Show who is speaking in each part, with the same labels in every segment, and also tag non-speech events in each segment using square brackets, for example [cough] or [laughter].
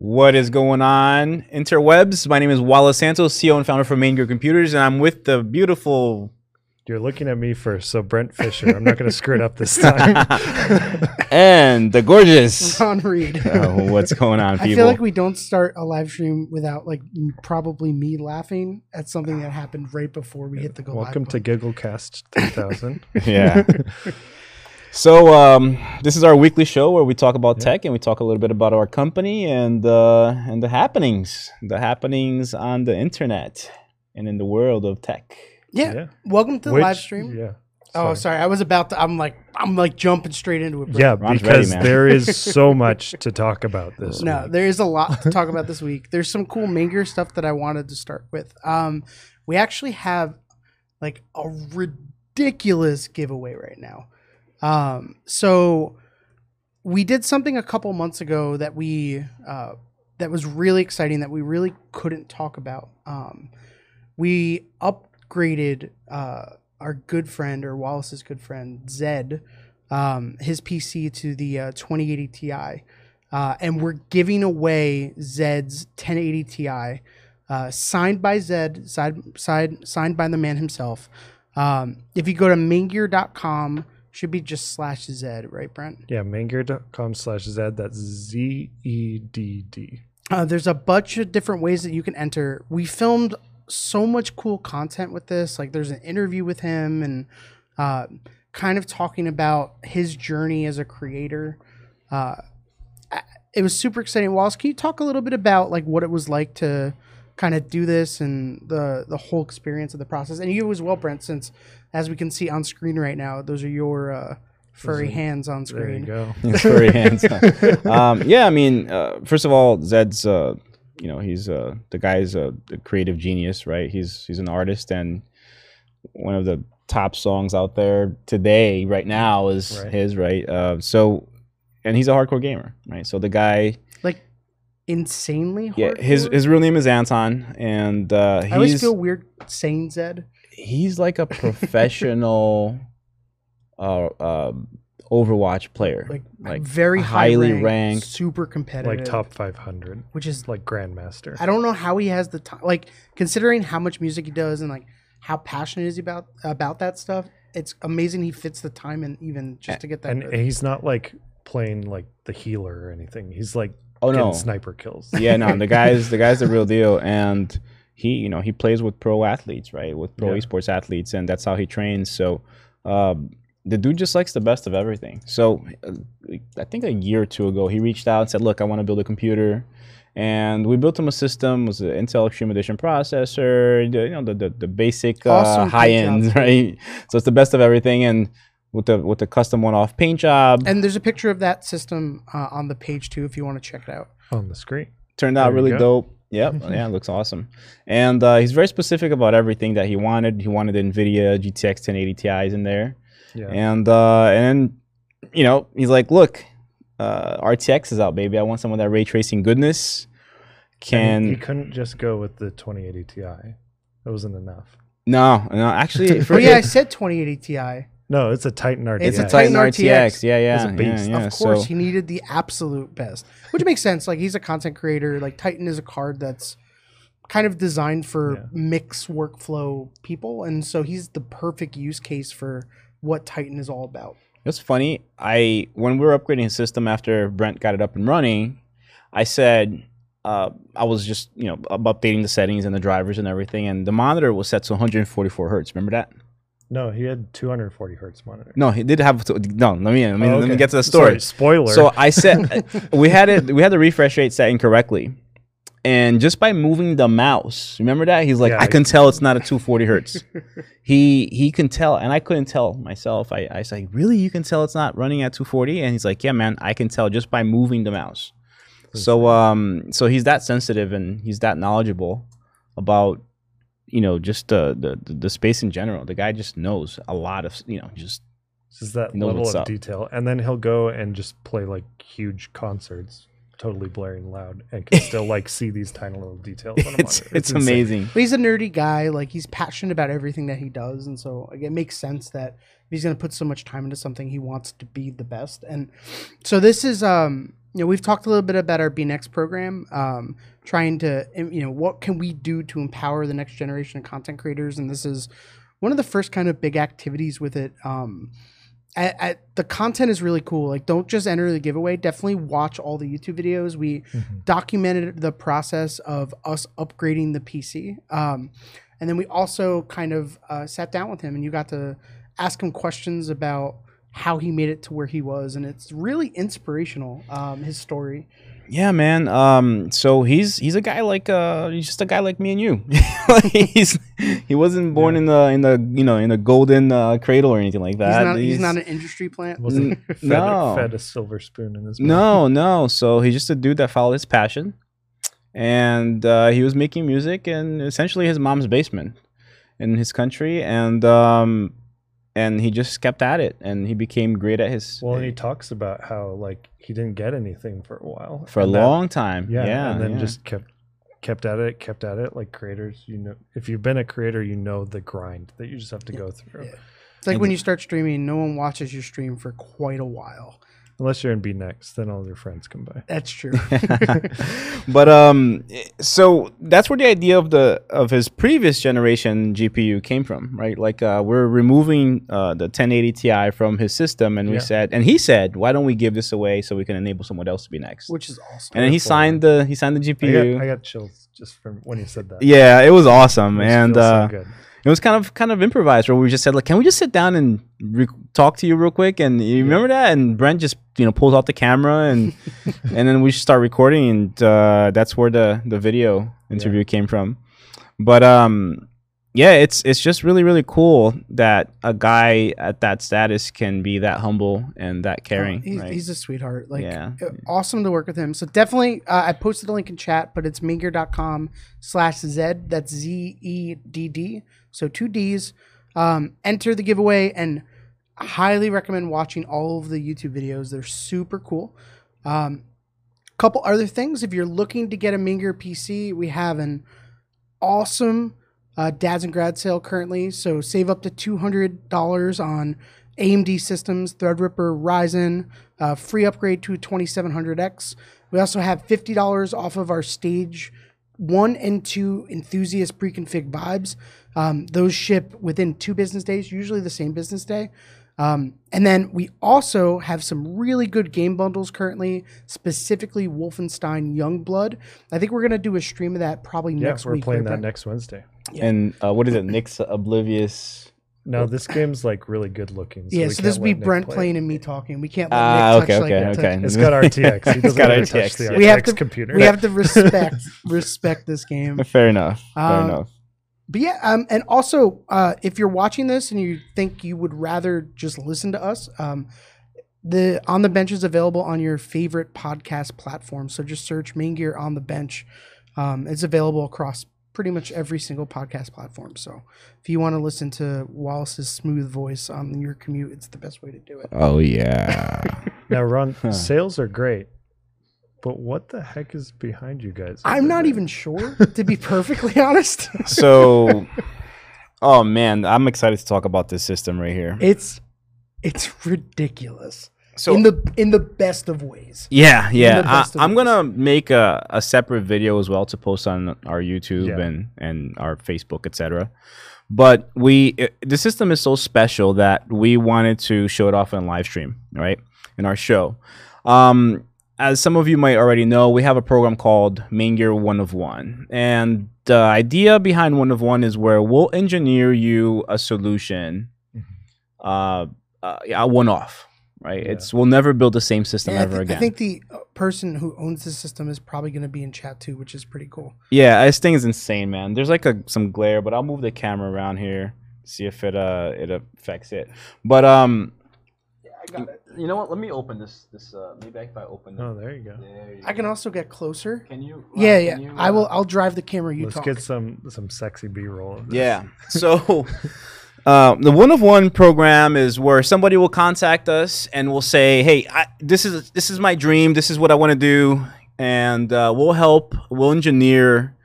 Speaker 1: What is going on, interwebs? My name is Wallace Santos, CEO and founder for Main Gear Computers, and I'm with the beautiful.
Speaker 2: You're looking at me first, so Brent Fisher. I'm not going to screw it up
Speaker 3: [laughs]
Speaker 2: this time.
Speaker 1: and the
Speaker 3: [laughs]
Speaker 1: gorgeous.
Speaker 3: Ron Reed.
Speaker 1: Oh, what's going on, people?
Speaker 3: I feel like we don't start a live stream without like m- probably me laughing at something that happened right before we hit the go
Speaker 2: Welcome
Speaker 3: live
Speaker 2: to Gigglecast
Speaker 3: [laughs]
Speaker 2: 3000.
Speaker 1: yeah. So um, this is our weekly show where we talk about tech and we talk a little bit about our company and uh, and the happenings, the happenings on the internet and in the world of [laughs] tech.
Speaker 3: Yeah. Welcome to the
Speaker 2: Which-
Speaker 3: live stream.
Speaker 2: Yeah.
Speaker 3: oh, sorry. I was about to. I'm like I'm like jumping straight into it. bro.
Speaker 2: Yeah,
Speaker 1: Ron's ready,
Speaker 2: because
Speaker 1: man.
Speaker 2: there
Speaker 3: [laughs]
Speaker 2: is so much to talk about this.
Speaker 3: No,
Speaker 2: week.
Speaker 3: there is a lot
Speaker 2: [laughs]
Speaker 3: to talk about this week. There's some cool Manger stuff that I wanted to start with. Um, we actually have like a ridiculous giveaway right now. Um, so we did something a couple months ago that we uh, that was really exciting that we really couldn't talk about. Um, we upgraded uh, our good friend or Wallace's good friend Zed um, his PC to the uh, 2080 Ti, uh, and we're giving away Zed's 1080 Ti, uh, signed by Zed, side, side, signed by the man himself. Um, if you go to maingear.com, should be just slash Zed, right, Brent?
Speaker 2: Yeah, mangear.com slash Zed. That's Z E D D.
Speaker 3: Uh, there's a bunch of different ways that you can enter. We filmed so much cool content with this. Like, there's an interview with him and uh, kind of talking about his journey as a creator. Uh, I- it was super exciting. Wallace, can you talk a little bit about like what it was like to kind of do this and the the whole experience of the process? And you as well, Brent, since as we can see on screen right now, those are your uh, furry
Speaker 2: Those are-
Speaker 3: hands on
Speaker 2: There you
Speaker 3: screen. [laughs]
Speaker 2: go.
Speaker 1: It's very handsome. [laughs] Um, yeah, I mean, uh, first of all, Zed's, uh, you know, he's uh, the guy's a, a creative genius, right? He's he's an artist, and one of the top songs out there today, right now, is
Speaker 2: Right.
Speaker 1: his, right? Uh, so, and he's a hardcore gamer, right? So the guy,
Speaker 3: Like insanely
Speaker 1: yeah,
Speaker 3: hard.
Speaker 1: his his real name is Anton, and uh,
Speaker 3: I always
Speaker 1: he's
Speaker 3: feel weird saying Zed.
Speaker 1: he's like a professional [laughs] uh, uh, Overwatch player,
Speaker 3: Like,
Speaker 1: like
Speaker 3: very high
Speaker 1: highly
Speaker 3: ranked,
Speaker 1: ranked.
Speaker 3: super competitive,
Speaker 2: Like top 500,
Speaker 3: Which is
Speaker 2: like Grandmaster.
Speaker 3: I don't know how he has the time. Like considering how much music he does and like how passionate is he about about that stuff. It's amazing he fits the time in even just to get that.
Speaker 2: and
Speaker 3: good.
Speaker 2: he's not like playing like the healer or anything. He's like
Speaker 1: oh
Speaker 2: getting
Speaker 1: no,
Speaker 2: sniper kills.
Speaker 1: [laughs] yeah, no, the guy's the guy's the real deal, and he, you know, he plays with pro athletes, right? With pro
Speaker 2: Yeah.
Speaker 1: esports athletes, and that's how he trains. So, um, the dude just likes the best of everything. So, uh, I think a year or two ago, he reached out and said, "Look, I want to build a computer." And we built him a system. It was an Intel Extreme Edition processor, the, you know, the the, the basic uh,
Speaker 3: Awesome
Speaker 1: high
Speaker 3: paint job.
Speaker 1: ends, [laughs] right? So it's the best of everything, and with the with the custom one-off paint job,
Speaker 3: And there's a picture of that system uh, on the page too, if you want to check it out.
Speaker 2: On the screen.
Speaker 1: turned out
Speaker 2: There you
Speaker 1: really
Speaker 2: go.
Speaker 1: dope.
Speaker 2: [laughs]
Speaker 1: Yep, yeah, looks awesome. And uh, he's very specific about everything that he wanted. He wanted NVIDIA GTX 1080 Ti's in there,
Speaker 2: Yeah.
Speaker 1: and uh, and then, you know he's like, look, uh, RTX is out, baby. I want some of that ray tracing goodness.
Speaker 2: And
Speaker 1: Can
Speaker 2: he, he couldn't just go with the 2080 Ti. That wasn't enough.
Speaker 1: no, no,
Speaker 2: [laughs]
Speaker 1: actually,
Speaker 3: Oh
Speaker 1: for
Speaker 3: yeah, I said 2080 Ti.
Speaker 2: No, it's a Titan RTX.
Speaker 1: it's
Speaker 3: yeah.
Speaker 1: a Titan
Speaker 3: Titan
Speaker 1: RTX.
Speaker 3: RTX.
Speaker 1: Yeah, yeah,
Speaker 2: It's a beast.
Speaker 1: yeah, yeah.
Speaker 3: of course,
Speaker 1: so,
Speaker 3: he needed the absolute best, which makes sense. Like he's a content creator. Like Titan is a card that's kind of designed for
Speaker 2: Yeah.
Speaker 3: mix workflow people, and so he's the perfect use case for what Titan is all about.
Speaker 1: It's funny. I when we were upgrading his system after Brent got it up and running, I said uh, I was just you know up- updating the settings and the drivers and everything, and the monitor was set to 144 hertz. Remember that?
Speaker 2: No, he had 240 hertz monitor.
Speaker 1: No, he did have. To, no, let me. Let me,
Speaker 2: Oh,
Speaker 1: let me
Speaker 2: okay.
Speaker 1: get to the story.
Speaker 2: Sorry, spoiler.
Speaker 1: So I said we had it. We had the refresh rate set incorrectly, and just by moving the mouse, remember that he's like,
Speaker 2: Yeah,
Speaker 1: I
Speaker 2: I-
Speaker 1: can tell it's not a 240 hertz. he he can tell, and I couldn't tell myself. I I was like, really, you can tell it's not running at 240, and he's like, yeah, man, I can tell just by moving the mouse. So um, so he's that sensitive and he's that knowledgeable about you know just uh, the the the space in general. The guy just knows a lot of you know just
Speaker 2: It's just that
Speaker 1: knows
Speaker 2: level
Speaker 1: what's
Speaker 2: of
Speaker 1: up.
Speaker 2: detail, and then he'll go and just play like huge concerts, totally blaring loud, and can
Speaker 1: [laughs]
Speaker 2: still like see these tiny little details. On a
Speaker 1: it's
Speaker 2: monitor.
Speaker 1: it's
Speaker 2: insane.
Speaker 1: amazing.
Speaker 3: But he's a nerdy guy. Like he's passionate about everything that he does, and so like, it makes sense that if he's going to put so much time into something, he wants to be the best. And so this is um you know, we've talked a little bit about our BNext program, um, trying to, and, you know, what can we do to empower the next generation of content creators? And this is one of the first kind of big activities with it. Um, I, I, the content is really cool. Like, don't just enter the giveaway. Definitely watch all the YouTube videos. We
Speaker 2: Mhm.
Speaker 3: documented the process of us upgrading the PC. Um, and then we also kind of uh, sat down with him and you got to ask him questions about how he made it to where he was. And it's really inspirational, um, his story.
Speaker 1: Yeah, man. Um, so he's he's a guy like uh, he's just a guy like me and you. [laughs] Like, he's he wasn't born
Speaker 2: Yeah.
Speaker 1: in the in the you know in a golden uh, cradle or anything like
Speaker 3: He's
Speaker 1: that.
Speaker 3: not, he's,
Speaker 2: [laughs]
Speaker 3: not an industry
Speaker 2: [laughs]
Speaker 3: plant.
Speaker 2: Wasn't fed,
Speaker 1: no.
Speaker 2: fed a silver spoon in his
Speaker 1: no,
Speaker 2: mouth.
Speaker 1: no. So he's just a dude that followed his passion, and uh, he was making music in essentially his mom's basement in his country, and um, and he just kept at it, and he became great at his
Speaker 2: Well, and he talks about how like he didn't get anything for a while.
Speaker 1: for a
Speaker 2: and that-
Speaker 1: long time. Yeah, yeah,
Speaker 2: and then just kept kept at it, kept at it. Like creators, you know, if you've been a creator, you know the grind that you just have to go through.
Speaker 3: Yeah. It's like when you start streaming, no one watches your stream for quite a while.
Speaker 2: Unless you're in B next, then all your friends come by.
Speaker 3: That's true.
Speaker 1: [laughs] but um so that's where the idea of the of his previous generation GPU came from, right? Like uh, we're removing uh, the 1080 Ti from his system, and we
Speaker 2: Yeah.
Speaker 1: said, and he said, why don't we give this away so we can enable someone else to be next?
Speaker 3: which is awesome.
Speaker 1: and then he
Speaker 2: Wonderful.
Speaker 1: signed the he signed the
Speaker 2: I
Speaker 1: GPU.
Speaker 2: got, I got chills just from when you said that.
Speaker 1: yeah, it was awesome,
Speaker 2: It just
Speaker 1: and
Speaker 2: feels so
Speaker 1: uh,
Speaker 2: good.
Speaker 1: it was kind of kind of improvised where we just said like, can we just sit down and re- talk to you real quick? And you remember that? And Brent just you know pulls out the camera
Speaker 2: [laughs]
Speaker 1: and and then we just start recording, and uh, that's where the the video interview came from. But um, yeah, it's it's just really really cool that a guy at that status can be that humble and
Speaker 2: Oh,
Speaker 1: that caring.
Speaker 3: He's,
Speaker 1: right?
Speaker 3: he's a sweetheart. Like,
Speaker 1: Yeah.
Speaker 3: uh, awesome to work with him. So definitely, uh, I posted a link in chat, but it's meager.com slash Zed. That's Z E D D. So two D's. Um, enter the giveaway and highly recommend watching all of the YouTube videos. They're super cool. Um, couple other things. If you're looking to get a Minger PC, we have an awesome uh, dads and grad sale currently. So save up to $200 on AMD systems, Threadripper, Ryzen, uh, free upgrade to 2700X. We also have $50 off of our stage one and two enthusiast pre-config vibes. Um, those ship within two business days, usually the same business day. Um, and then we also have some really good game bundles currently, specifically Wolfenstein Youngblood. I think we're gonna do a stream of that probably
Speaker 2: Yeah,
Speaker 3: next
Speaker 2: we're
Speaker 3: week.
Speaker 2: playing
Speaker 3: right,
Speaker 2: that
Speaker 3: Brent?
Speaker 2: next Wednesday.
Speaker 1: and uh, what is it? Nick's Oblivious.
Speaker 2: Now this game's like really good looking. So
Speaker 3: yeah,
Speaker 2: we
Speaker 3: so this
Speaker 2: can't
Speaker 3: will be
Speaker 2: let Nick
Speaker 3: Brent
Speaker 2: play it.
Speaker 3: playing and me talking. We can't let
Speaker 1: Ah,
Speaker 3: Nick
Speaker 1: okay,
Speaker 3: touch
Speaker 1: okay,
Speaker 3: like that.
Speaker 1: okay. [laughs]
Speaker 2: It's
Speaker 3: [laughs]
Speaker 2: got RTX. He doesn't
Speaker 1: It's got
Speaker 2: really touch
Speaker 1: RTX,
Speaker 2: the
Speaker 1: yeah.
Speaker 2: RTX
Speaker 3: We have to-
Speaker 2: computer.
Speaker 3: We have
Speaker 1: [laughs]
Speaker 3: to respect respect this game.
Speaker 1: Fair enough. Fair
Speaker 3: Um,
Speaker 1: enough.
Speaker 3: But yeah, um, and also, uh, if you're watching this and you think you would rather just listen to us, um, the On the Bench is available on your favorite podcast platform. So just search Main Gear on the Bench. Um, it's available across pretty much every single podcast platform. So if you want to listen to Wallace's smooth voice on your commute, it's the best way to do it.
Speaker 1: Oh yeah.
Speaker 2: now,
Speaker 3: [laughs]
Speaker 2: Ron,
Speaker 1: Huh.
Speaker 2: sales are great, but what the heck is behind you guys?
Speaker 3: I'm
Speaker 2: over
Speaker 3: not
Speaker 2: there?
Speaker 3: even sure, to be perfectly honest.
Speaker 1: so oh man i'm excited to talk about this system right here
Speaker 3: [laughs] It's it's ridiculous
Speaker 1: so
Speaker 3: in the in the best of ways.
Speaker 1: yeah yeah
Speaker 3: the best of
Speaker 1: I, i'm
Speaker 3: ways.
Speaker 1: gonna make a, a separate video as well to post on our youtube
Speaker 2: Yeah.
Speaker 1: and and our facebook etc but we i the system is so special that we wanted to show it off in a live stream right in our show um as some of you might already know, we have a program called Main Gear One of One. And the idea behind One of One is where we'll engineer you a solution,
Speaker 3: Mm-hmm.
Speaker 1: uh, uh, yeah, a one off, right?
Speaker 2: Yeah.
Speaker 1: It's We'll never build the same system
Speaker 3: Yeah, I,
Speaker 1: ever
Speaker 3: thi-
Speaker 1: again.
Speaker 3: I think the uh, person who owns the system is probably going to be in chat too, which is pretty cool.
Speaker 1: yeah, this thing is insane, man. There's like a, some glare, but I'll move the camera around here, see if it uh, it affects it. But um,
Speaker 3: I got it.
Speaker 1: you know what? Let me open this. This uh, maybe if I open
Speaker 2: Oh, there you go.
Speaker 3: I can also get closer.
Speaker 1: Can you?
Speaker 3: yeah, yeah. I will. I'll drive the camera. You
Speaker 2: Let's
Speaker 3: talk.
Speaker 2: get some some sexy B-roll. Of this.
Speaker 1: Yeah. So uh, the one of one program is where somebody will contact us and will say, "Hey, I, this is this is my dream. This is what I want to do," and uh, we'll help. We'll engineer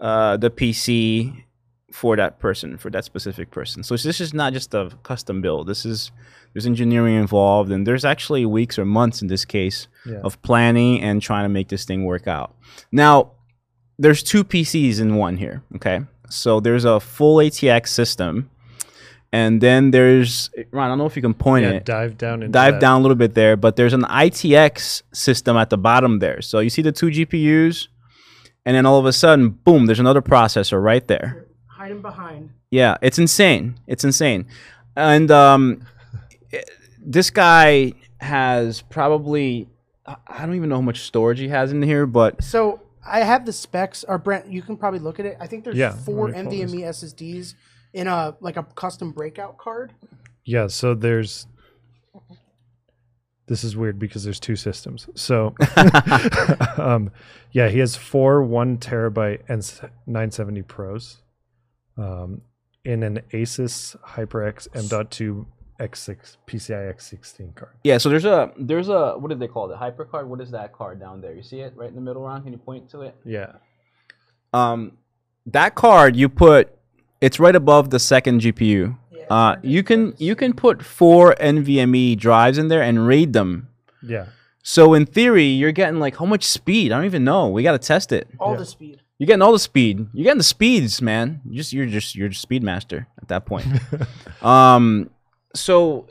Speaker 1: uh, the PC for that person, for that specific person. So this is not just a custom build. This is there's engineering involved, and there's actually weeks or months in this case
Speaker 2: Yeah.
Speaker 1: of planning and trying to make this thing work out. Now, there's two PCs in one here. Okay, so there's a full ATX system, and then there's Ron. I don't know if you can point
Speaker 2: Yeah,
Speaker 1: it
Speaker 2: dive down into
Speaker 1: dive
Speaker 2: that.
Speaker 1: down a little bit there, but there's an ITX system at the bottom there. So you see the two GPUs, and then all of a sudden, boom, there's another processor right there.
Speaker 3: Hide him behind.
Speaker 1: Yeah, it's insane. It's insane. And um, it- this guy has probably, I- I don't even know how much storage he has in here, but
Speaker 3: So I have the specs. Or Brent, you can probably look at it. I think there's
Speaker 2: Yeah,
Speaker 3: four
Speaker 2: let me pull
Speaker 3: NVMe SSDs in a like a custom breakout card.
Speaker 2: Yeah, so there's this is weird because there's two systems. So
Speaker 1: [laughs]
Speaker 2: [laughs] um yeah, he has four 1 terabyte and s- 970 Pros um in an Asus HyperX M.2 X6 PCI X16 card.
Speaker 1: yeah, so there's a, there's a, what did they call it? Hypercard? What is that card down there? You see it right in the middle, Ron? Can you point to it?
Speaker 2: Yeah.
Speaker 1: um, that card you put it's right above the second GPU. Uh, you can you can put four NVMe E drives in there and read them.
Speaker 2: Yeah.
Speaker 1: So in theory, you're getting like how much speed? I don't even know. We gotta test it.
Speaker 3: All
Speaker 2: Yeah.
Speaker 3: the speed.
Speaker 1: You're getting all the speed. You're getting the speeds, man. You just you're just you're just speed master at that
Speaker 2: [laughs]
Speaker 1: point. um, so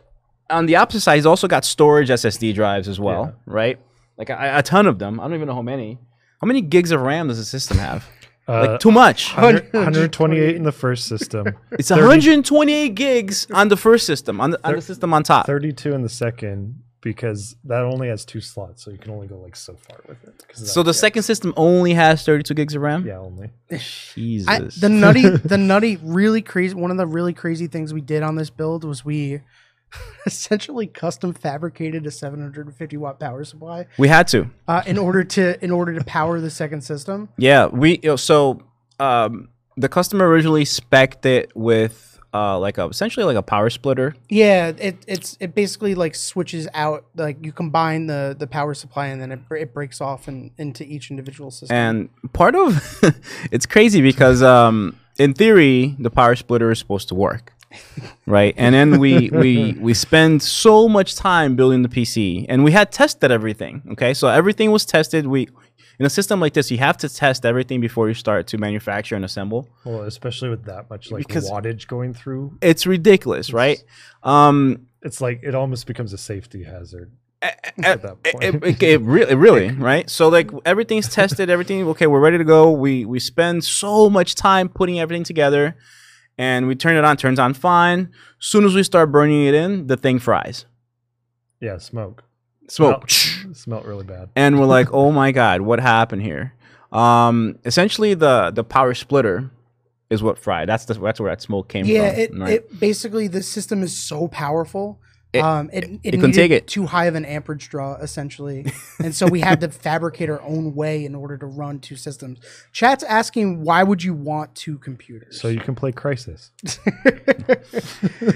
Speaker 1: on the opposite side, he's also got storage SSD drives as well, right? Like a, a ton of them. I don't even know how many. How many gigs of RAM does the system have?
Speaker 2: Uh,
Speaker 1: Like too much.
Speaker 2: 100 128
Speaker 1: [laughs]
Speaker 2: in the first system,
Speaker 1: It's 128 gigs on the first system, on the, on the system on top.
Speaker 2: 32 in the second because that only has two slots, so you can only go like so far with it. 'cause of
Speaker 1: So
Speaker 2: that-
Speaker 1: the second system only has 32 gigs of RAM.
Speaker 2: yeah, only.
Speaker 1: Jesus.
Speaker 3: I,
Speaker 2: [laughs]
Speaker 3: the nutty, the nutty, really crazy. One of the really crazy things we did on this build was we [laughs] essentially custom fabricated a 750 watt power supply
Speaker 1: we had to.
Speaker 3: uh, in order to in order to power the second system.
Speaker 1: Yeah, we you know, so um, the customer originally spec'd it with uh, like a essentially like a power splitter.
Speaker 3: Yeah, it it's it basically like switches out like you combine the the power supply and then it, br- it breaks off and into each individual system.
Speaker 1: And part of [laughs] it's crazy because um, in theory the power splitter is supposed to work, [laughs] right? And then we we we spend so much time building the PC, and we had tested everything. Okay, so everything was tested. We in a system like this, you have to test everything before you start to manufacture and assemble.
Speaker 2: Well, especially with that much like
Speaker 1: Because-
Speaker 2: wattage going through,
Speaker 1: It's ridiculous, right? Um,
Speaker 2: it's like it almost becomes a safety hazard
Speaker 1: eh,
Speaker 2: at that
Speaker 1: it,
Speaker 2: point.
Speaker 1: it, it, it really, it really, right? So like everything's tested, everything okay, we're ready to go. We we spend so much time putting everything together, and we turn it on. Turns on fine. Soon as we start burning it in, the thing fries,
Speaker 2: [laughs] yeah, smoke.
Speaker 1: smoke,
Speaker 2: Smelt, smelt really bad.
Speaker 1: and we're like, oh my god, what happened here? Um, essentially, the the power splitter is what fried. That's the that's where that smoke came
Speaker 3: yeah,
Speaker 1: from.
Speaker 3: it,
Speaker 1: right?
Speaker 3: it basically the system is so powerful.
Speaker 1: It-
Speaker 3: um, it, it,
Speaker 1: couldn't take
Speaker 3: needed
Speaker 1: it.
Speaker 3: too high of an amperage draw
Speaker 1: [laughs]
Speaker 3: essentially, and so we had to fabricate our own way in order to run two systems. Chat's asking why would you want two computers?
Speaker 2: So you can play Crisis.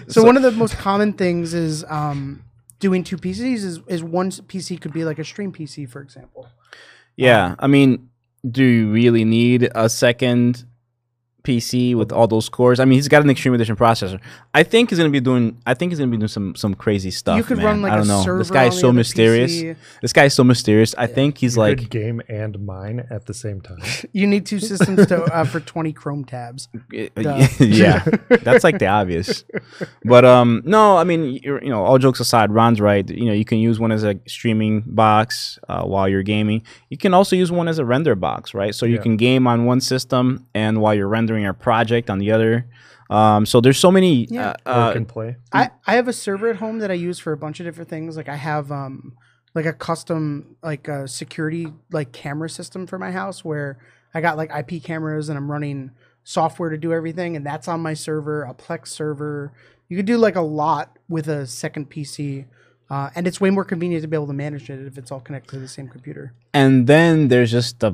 Speaker 3: so one of the most common things is um, doing two PCs is, is one PC could be like a stream PC, for example. Um,
Speaker 1: Yeah, I mean, do you really need a second PC with all those cores? I mean, he's got an Extreme Edition processor. I think he's gonna be doing. I think he's gonna be doing some some crazy stuff.
Speaker 3: you could
Speaker 1: man.
Speaker 3: run like
Speaker 1: I don't
Speaker 3: a
Speaker 1: know.
Speaker 3: server.
Speaker 1: This guy
Speaker 3: on
Speaker 1: is
Speaker 3: the
Speaker 1: so
Speaker 3: other
Speaker 1: mysterious.
Speaker 3: PC.
Speaker 1: This guy is so mysterious. I think he's
Speaker 2: You
Speaker 1: like,
Speaker 2: could game and mine at the same time.
Speaker 3: You need two systems to, uh, for twenty Chrome tabs.
Speaker 1: yeah, Uh, [laughs] yeah. that's like the obvious. But um, no, I mean, you're, you know, all jokes aside, Ron's right. You know, you can use one as a streaming box uh, while you're gaming. You can also use one as a render box, right? So you
Speaker 2: Yeah.
Speaker 1: can game on one system and while you're rendering your project on the other. Um, so there's so many.
Speaker 3: Yeah.
Speaker 1: Uh,
Speaker 2: or
Speaker 1: [laughs] uh,
Speaker 2: can play.
Speaker 3: I, I have a server at home that I use for a bunch of different things. Like I have um like a custom like uh, security like camera system for my house where I got like IP cameras and I'm running software to do everything and that's on my server, a Plex server. You could do like a lot with a second PC. Uh, and it's way more convenient to be able to manage it if it's all connected to the same computer.
Speaker 1: and then there's just the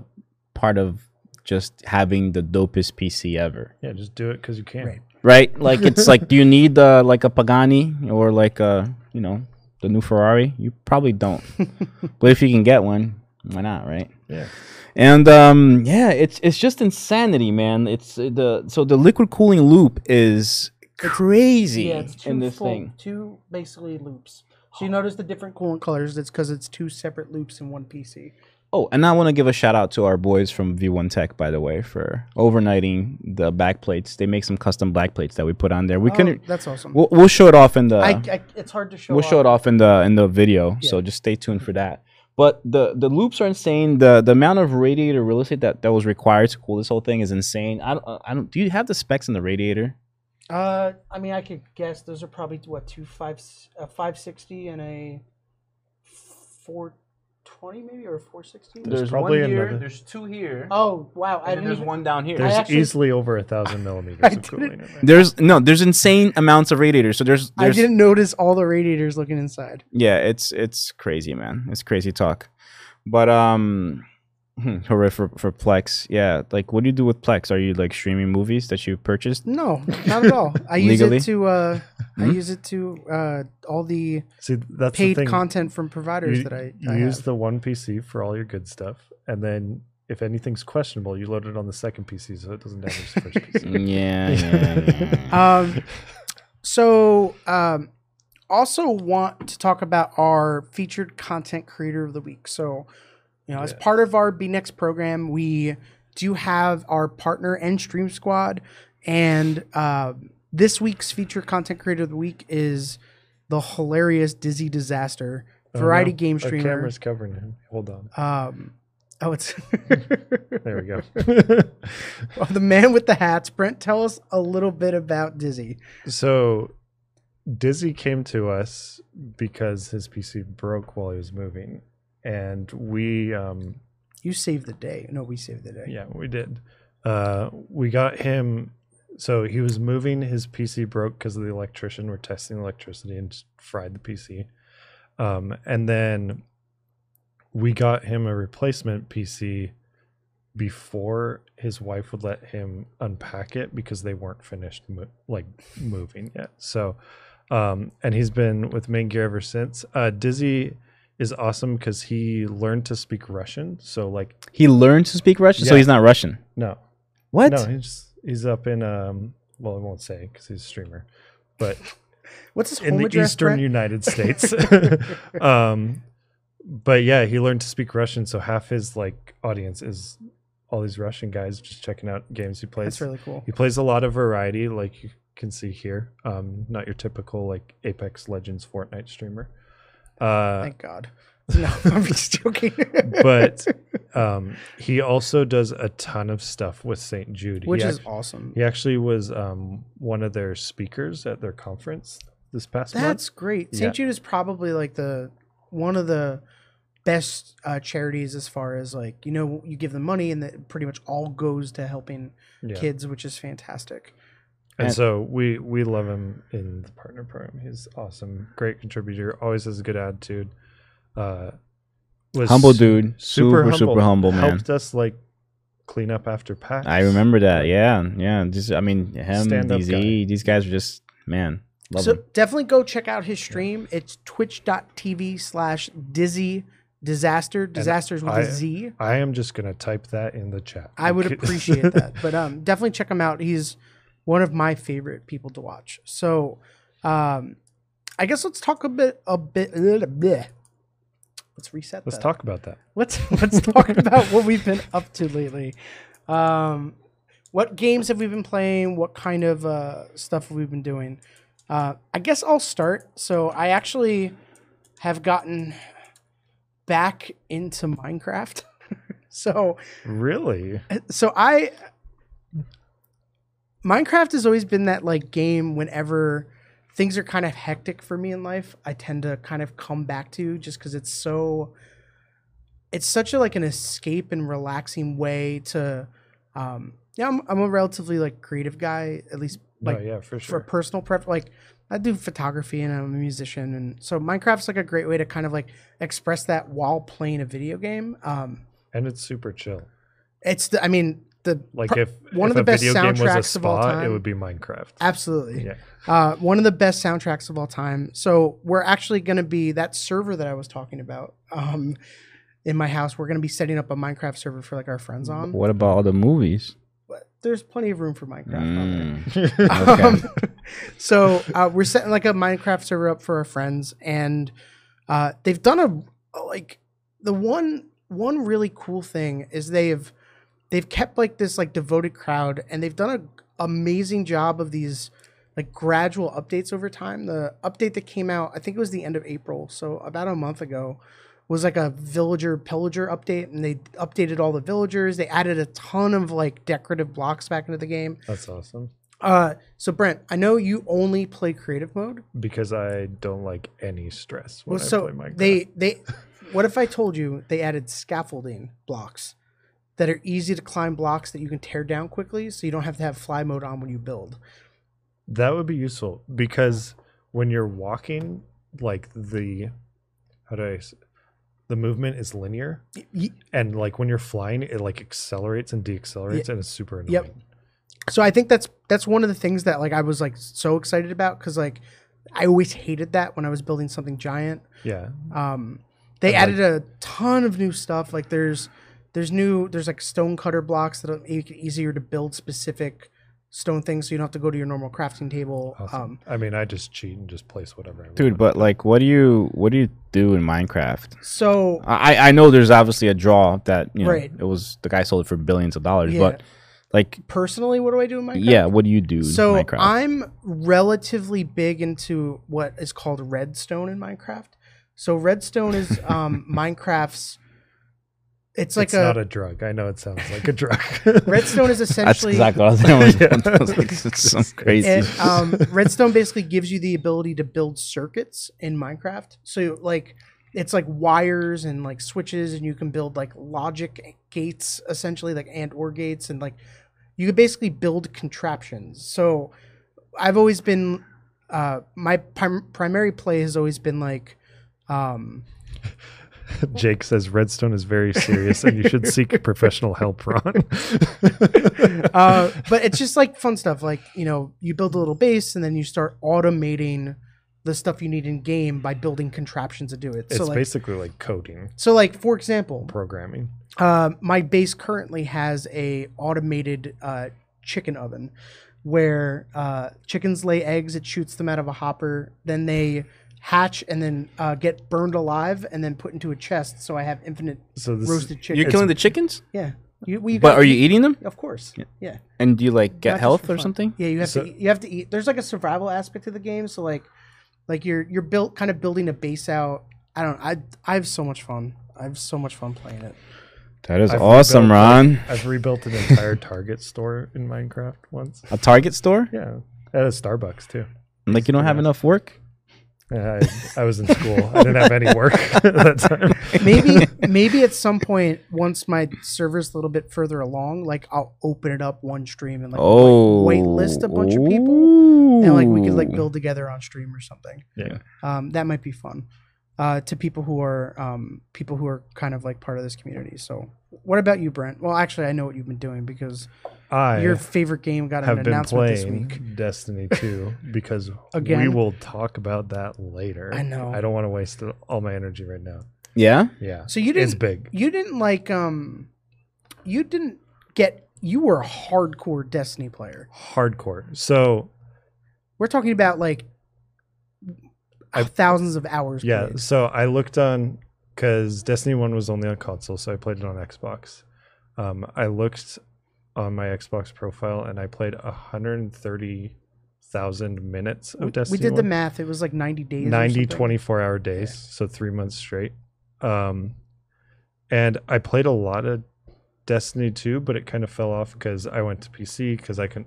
Speaker 1: part of just having the dopest PC ever.
Speaker 2: Yeah, just do it because you can.
Speaker 3: Right.
Speaker 1: right? Like it's like, do you need uh, like a Pagani or like a you know the new Ferrari? You probably don't. but if you can get one, Why not, right?
Speaker 2: Yeah.
Speaker 1: And um, yeah, it's it's just insanity, man. It's uh, the so the liquid cooling loop is crazy
Speaker 3: yeah, it's two
Speaker 1: in this
Speaker 3: full-
Speaker 1: thing. Oh.
Speaker 3: Two basically loops. So you notice the different coolant colors. It's because it's two separate loops in one PC.
Speaker 1: Oh, and I want to give a shout out to our boys from V1 Tech, by the way, for overnighting the back plates. They make some custom back plates that we put on there. We
Speaker 3: Oh,
Speaker 1: couldn't.
Speaker 3: that's awesome.
Speaker 1: We'll, we'll show it off in the.
Speaker 3: I, I, it's hard to show.
Speaker 1: Uh, we'll show it off in the in the video.
Speaker 3: Yeah.
Speaker 1: So just stay tuned for that. But the the loops are insane. The the amount of radiator real estate that, that was required to cool this whole thing is insane. I don't, uh, I don't. Do you have the specs in the radiator?
Speaker 3: Uh, I mean, I could guess those are probably what two five a five sixty and a four twenty maybe or four sixty.
Speaker 2: There's probably
Speaker 4: one here.
Speaker 2: another-
Speaker 4: There's two here.
Speaker 3: Oh wow! I
Speaker 4: and then
Speaker 3: didn't
Speaker 4: there's
Speaker 3: even.
Speaker 4: one down here.
Speaker 2: There's
Speaker 3: actually-
Speaker 2: easily over a thousand
Speaker 3: [laughs] I
Speaker 2: millimeters of
Speaker 3: didn't-
Speaker 2: cooling in there.
Speaker 1: There's no. There's insane amounts of radiators. So there's.
Speaker 3: I
Speaker 1: there's
Speaker 3: didn't notice all the radiators looking inside.
Speaker 1: yeah. It's it's crazy, man. It's crazy talk. But um, hmm, hooray for for Plex. Yeah. Like, what do you do with Plex? Are you like streaming movies that you purchased?
Speaker 3: [laughs] No, not at all. I use
Speaker 1: Legally?
Speaker 3: it to. Uh, I
Speaker 1: Hmm?
Speaker 3: use it to uh, all the
Speaker 2: See, that's the
Speaker 3: paid
Speaker 2: thing.
Speaker 3: content from providers
Speaker 2: you,
Speaker 3: that I,
Speaker 2: you
Speaker 3: I
Speaker 2: use
Speaker 3: have.
Speaker 2: the one PC for all your good stuff, and then if anything's questionable, you load it on the second PC, so it doesn't damage the
Speaker 1: [laughs]
Speaker 2: first PC.
Speaker 1: Mm. yeah. yeah, yeah.
Speaker 3: Um, so, um, also want to talk about our featured content creator of the week. So, you know, as
Speaker 2: Yeah.
Speaker 3: part of our B Next program, we do have our partner and Stream Squad, and uh, this week's featured content creator of the week is the hilarious Dizzy Disaster
Speaker 2: Oh,
Speaker 3: variety
Speaker 2: no.
Speaker 3: game
Speaker 2: Our
Speaker 3: streamer.
Speaker 2: camera's covering him. Hold on.
Speaker 3: Um, oh, it's [laughs]
Speaker 2: There we go. [laughs]
Speaker 3: the man with the hats. Brent, tell us a little bit about Dizzy.
Speaker 2: so Dizzy came to us because his PC broke while he was moving, and we um,
Speaker 3: You saved the day. No, we saved the day.
Speaker 2: Yeah, we did. Uh, we got him. So he was moving. His PC broke because of the electrician. We're testing electricity and just fried the PC. Um, and then we got him a replacement PC before his wife would let him unpack it because they weren't finished mo- like moving yet. So, um, and he's been with Main Gear ever since. Uh, Dizzy is awesome because he learned to speak Russian. So like
Speaker 1: He learned to speak Russian, so
Speaker 2: Yeah.
Speaker 1: he's not Russian.
Speaker 2: no,
Speaker 1: What?
Speaker 2: no, he's just, he's up in um. Well, I won't say because he's a streamer,
Speaker 3: [laughs]
Speaker 2: but
Speaker 3: What's his
Speaker 2: in
Speaker 3: home
Speaker 2: the
Speaker 3: address?
Speaker 2: eastern
Speaker 3: Brent?
Speaker 2: United
Speaker 3: [laughs]
Speaker 2: States. [laughs] um, but yeah, he learned to speak Russian, so half his like audience is all these Russian guys just checking out games he plays.
Speaker 3: That's really cool.
Speaker 2: He plays a lot of variety, like you can see here. Um, not your typical like Apex Legends Fortnite streamer. Uh,
Speaker 3: Thank God. [laughs] No, I'm
Speaker 2: [laughs]
Speaker 3: just joking.
Speaker 2: but um, he also does a ton of stuff with St. Jude, He
Speaker 3: [laughs] which is
Speaker 2: act-
Speaker 3: awesome.
Speaker 2: He actually was um, one of their speakers at their conference this past month.
Speaker 3: That's great. St.
Speaker 2: Yeah.
Speaker 3: Jude is probably like the one of the best uh, charities as far as like you know you give them money and that pretty much all goes to helping
Speaker 2: Yeah.
Speaker 3: kids, which is fantastic.
Speaker 2: And
Speaker 1: And-
Speaker 2: so we we love him in the partner program. He's awesome, great contributor, always has a good attitude. Uh, was
Speaker 1: humble
Speaker 2: su-
Speaker 1: dude, super, super humble man.
Speaker 2: Helped us like clean up after PAX.
Speaker 1: I remember that. Yeah, yeah. Just I mean, him,
Speaker 2: Stand-up
Speaker 1: DZ,
Speaker 2: guy.
Speaker 1: these guys are just man. Love
Speaker 3: so
Speaker 1: them.
Speaker 3: definitely go check out his stream. It's twitch.tv slash dizzy disaster. Disasters with
Speaker 2: I-
Speaker 3: a Z.
Speaker 2: I am just gonna type that in the chat.
Speaker 3: I
Speaker 2: [laughs]
Speaker 3: would
Speaker 2: Okay.
Speaker 3: appreciate that.
Speaker 2: [laughs]
Speaker 3: But um, definitely check him out. He's one of my favorite people to watch. So, um, I guess let's talk a bit, a bit. bleh. Let's reset.
Speaker 2: Let's
Speaker 3: that.
Speaker 2: talk about that.
Speaker 3: Let's
Speaker 2: [laughs]
Speaker 3: let's talk about what we've been up to lately. Um, what games have we been playing? What kind of uh, stuff have we been doing? Uh, I guess I'll start. So I actually have gotten back into Minecraft. [laughs] so
Speaker 2: Really?
Speaker 3: so I Minecraft has always been that like game whenever things are kind of hectic for me in life, I tend to kind of come back to just cuz it's so it's such a like an escape and relaxing way to um yeah, I'm, I'm a relatively like creative guy, at least like
Speaker 2: oh yeah, for
Speaker 3: for
Speaker 2: sure.
Speaker 3: personal prep like I do photography and I'm a musician and so Minecraft's like a great way to kind of like express that while playing a video game. Um
Speaker 2: and it's super chill.
Speaker 3: it's the, I mean the
Speaker 2: Like
Speaker 3: pro-
Speaker 2: if
Speaker 3: one
Speaker 2: if
Speaker 3: of the
Speaker 2: a
Speaker 3: best
Speaker 2: video game was a
Speaker 3: soundtracks of all
Speaker 2: spa, it
Speaker 3: time.
Speaker 2: would be Minecraft.
Speaker 3: Absolutely.
Speaker 2: Yeah.
Speaker 3: Uh, one of the best soundtracks of all time. So we're actually going to be that server that I was talking about. Um, in my house. We're going to be setting up a Minecraft server for like our friends on.
Speaker 1: What about all the movies?
Speaker 3: But there's plenty of room for Minecraft on there.
Speaker 1: Mm. Okay.
Speaker 3: Um,
Speaker 1: [laughs]
Speaker 3: [laughs] so uh, we're setting like a Minecraft server up for our friends, and uh, they've done a like the one one really cool thing is they've they've kept like this like devoted crowd, and they've done an amazing job of these like gradual updates over time. The update that came out, I think it was the end of April, so about a month ago. Was like a villager pillager update, and they updated all the villagers. They added a ton of like decorative blocks back into the game.
Speaker 2: That's awesome.
Speaker 3: Uh, so Brent, I know you only play creative mode.
Speaker 2: Because I don't like any stress when
Speaker 3: Well,
Speaker 2: I
Speaker 3: so
Speaker 2: play Minecraft.
Speaker 3: they they, what if I told you they added scaffolding blocks that are easy to climb blocks that you can tear down quickly, so you don't have to have fly mode on when you build.
Speaker 2: That would be useful because when you're walking, like the how do I s- the movement is linear,
Speaker 3: Y- y-
Speaker 2: and like when you're flying, it like accelerates and deaccelerates, and it's super annoying.
Speaker 3: Yep. So I think that's that's one of the things that like I was like so excited about because like I always hated that when I was building something giant.
Speaker 2: Yeah,
Speaker 3: Um, they
Speaker 2: And,
Speaker 3: added a ton of new stuff. Like there's there's new there's like stone cutter blocks that make it easier to build specific stone things, so you don't have to go to your normal crafting table.
Speaker 2: awesome.
Speaker 3: Um,
Speaker 2: I mean, I just cheat and just place whatever. I
Speaker 1: Dude,
Speaker 2: want.
Speaker 1: but like, what do you what do you do in Minecraft?
Speaker 3: so
Speaker 1: I I know there's obviously a draw that you know
Speaker 3: Right.
Speaker 1: it was the guy sold it for billions of dollars,
Speaker 3: Yeah.
Speaker 1: but like,
Speaker 3: personally, what do I do in Minecraft?
Speaker 1: yeah, what do you do
Speaker 3: So
Speaker 1: in Minecraft?
Speaker 3: I'm relatively big into what is called redstone in Minecraft. So redstone is um, Minecraft's. It's like
Speaker 2: it's
Speaker 3: a,
Speaker 2: not a drug. I know it
Speaker 3: [laughs]
Speaker 2: sounds like a drug. [laughs]
Speaker 3: redstone is
Speaker 1: That's
Speaker 3: essentially
Speaker 1: exactly what I was
Speaker 3: [laughs]
Speaker 1: thinking. [laughs]
Speaker 2: Yeah.
Speaker 1: I was like, it's some crazy. [laughs]
Speaker 3: it, um, redstone basically gives you the ability to build circuits in minecraft so like it's like wires and like switches and you can build like logic gates essentially like and or gates and like you could basically build contraptions so i've always been uh, my prim- primary play has always been like um,
Speaker 2: Jake says redstone is very serious, and you should
Speaker 3: [laughs]
Speaker 2: seek professional help, Ron.
Speaker 3: uh, but it's just like fun stuff. Like you know, you build a little base and then you start automating the stuff you need in game by building contraptions to do it.
Speaker 2: it's
Speaker 3: so like,
Speaker 2: basically like coding,
Speaker 3: so like for example,
Speaker 2: programming.
Speaker 3: uh, my base currently has a automated uh, chicken oven where uh, chickens lay eggs. It shoots them out of a hopper, then they hatch and then uh, get burned alive and then put into a chest. So I have infinite
Speaker 2: So this
Speaker 3: roasted chicken.
Speaker 1: You're killing the chickens,
Speaker 3: yeah. You, well, you
Speaker 1: but
Speaker 3: gotta
Speaker 1: are you
Speaker 3: eat-
Speaker 1: eating them?
Speaker 3: Of course. yeah.
Speaker 1: And do you like
Speaker 3: Not
Speaker 1: get
Speaker 3: just
Speaker 1: health
Speaker 3: for
Speaker 1: or
Speaker 3: fun.
Speaker 1: something?
Speaker 3: Yeah, you have
Speaker 2: So-
Speaker 3: to eat, you have to eat. There's like a survival aspect to the game, so like like you're you're built kind of building a base out. I don't I I have so much fun. I have so much fun playing it.
Speaker 1: That is
Speaker 2: I've
Speaker 1: awesome,
Speaker 2: rebuilt,
Speaker 1: Ron.
Speaker 2: I've rebuilt an entire Target store in Minecraft once.
Speaker 1: A Target store?
Speaker 2: Yeah, at a Starbucks too.
Speaker 1: Like you don't have
Speaker 2: Yeah.
Speaker 1: enough work?
Speaker 2: Yeah, I, I was
Speaker 3: [laughs]
Speaker 2: in school. I didn't have any work [laughs] at that time.
Speaker 3: Maybe maybe at some point once my server's a little bit further along, like I'll open it up one stream and like
Speaker 1: Oh,
Speaker 3: wait list a bunch of people
Speaker 1: Ooh.
Speaker 3: and like we could like build together on stream or something.
Speaker 2: Yeah.
Speaker 3: Um that might be fun. Uh, to people who are um, people who are kind of like part of this community. So, what about you, Brent? Well, actually, I know what you've been doing because
Speaker 2: I
Speaker 3: your favorite game got
Speaker 2: have
Speaker 3: an
Speaker 2: been
Speaker 3: announcement this week.
Speaker 2: playing Destiny
Speaker 3: [laughs]
Speaker 2: 2 because we
Speaker 3: Again?
Speaker 2: will talk about that later.
Speaker 3: I know.
Speaker 2: I don't want to waste all my energy right now.
Speaker 3: [laughs]
Speaker 1: Yeah.
Speaker 2: Yeah.
Speaker 3: So you
Speaker 2: It's
Speaker 3: didn't
Speaker 2: big.
Speaker 3: you didn't like um you didn't get you were a hardcore Destiny player.
Speaker 2: Hardcore. So,
Speaker 3: We're talking about like
Speaker 2: I-
Speaker 3: thousands of hours.
Speaker 2: yeah.
Speaker 3: played.
Speaker 2: So I looked on because Destiny 1 was only on console. So I played it on Xbox. Um, I looked on my Xbox profile and I played 130,000 minutes of
Speaker 3: We, we
Speaker 2: Destiny
Speaker 3: did
Speaker 2: 1.
Speaker 3: the math. It was like 90 days. or
Speaker 2: 90
Speaker 3: something.
Speaker 2: 24 hour days so three months straight um and i played a lot of destiny 2 but it kind of fell off because i went to pc because i can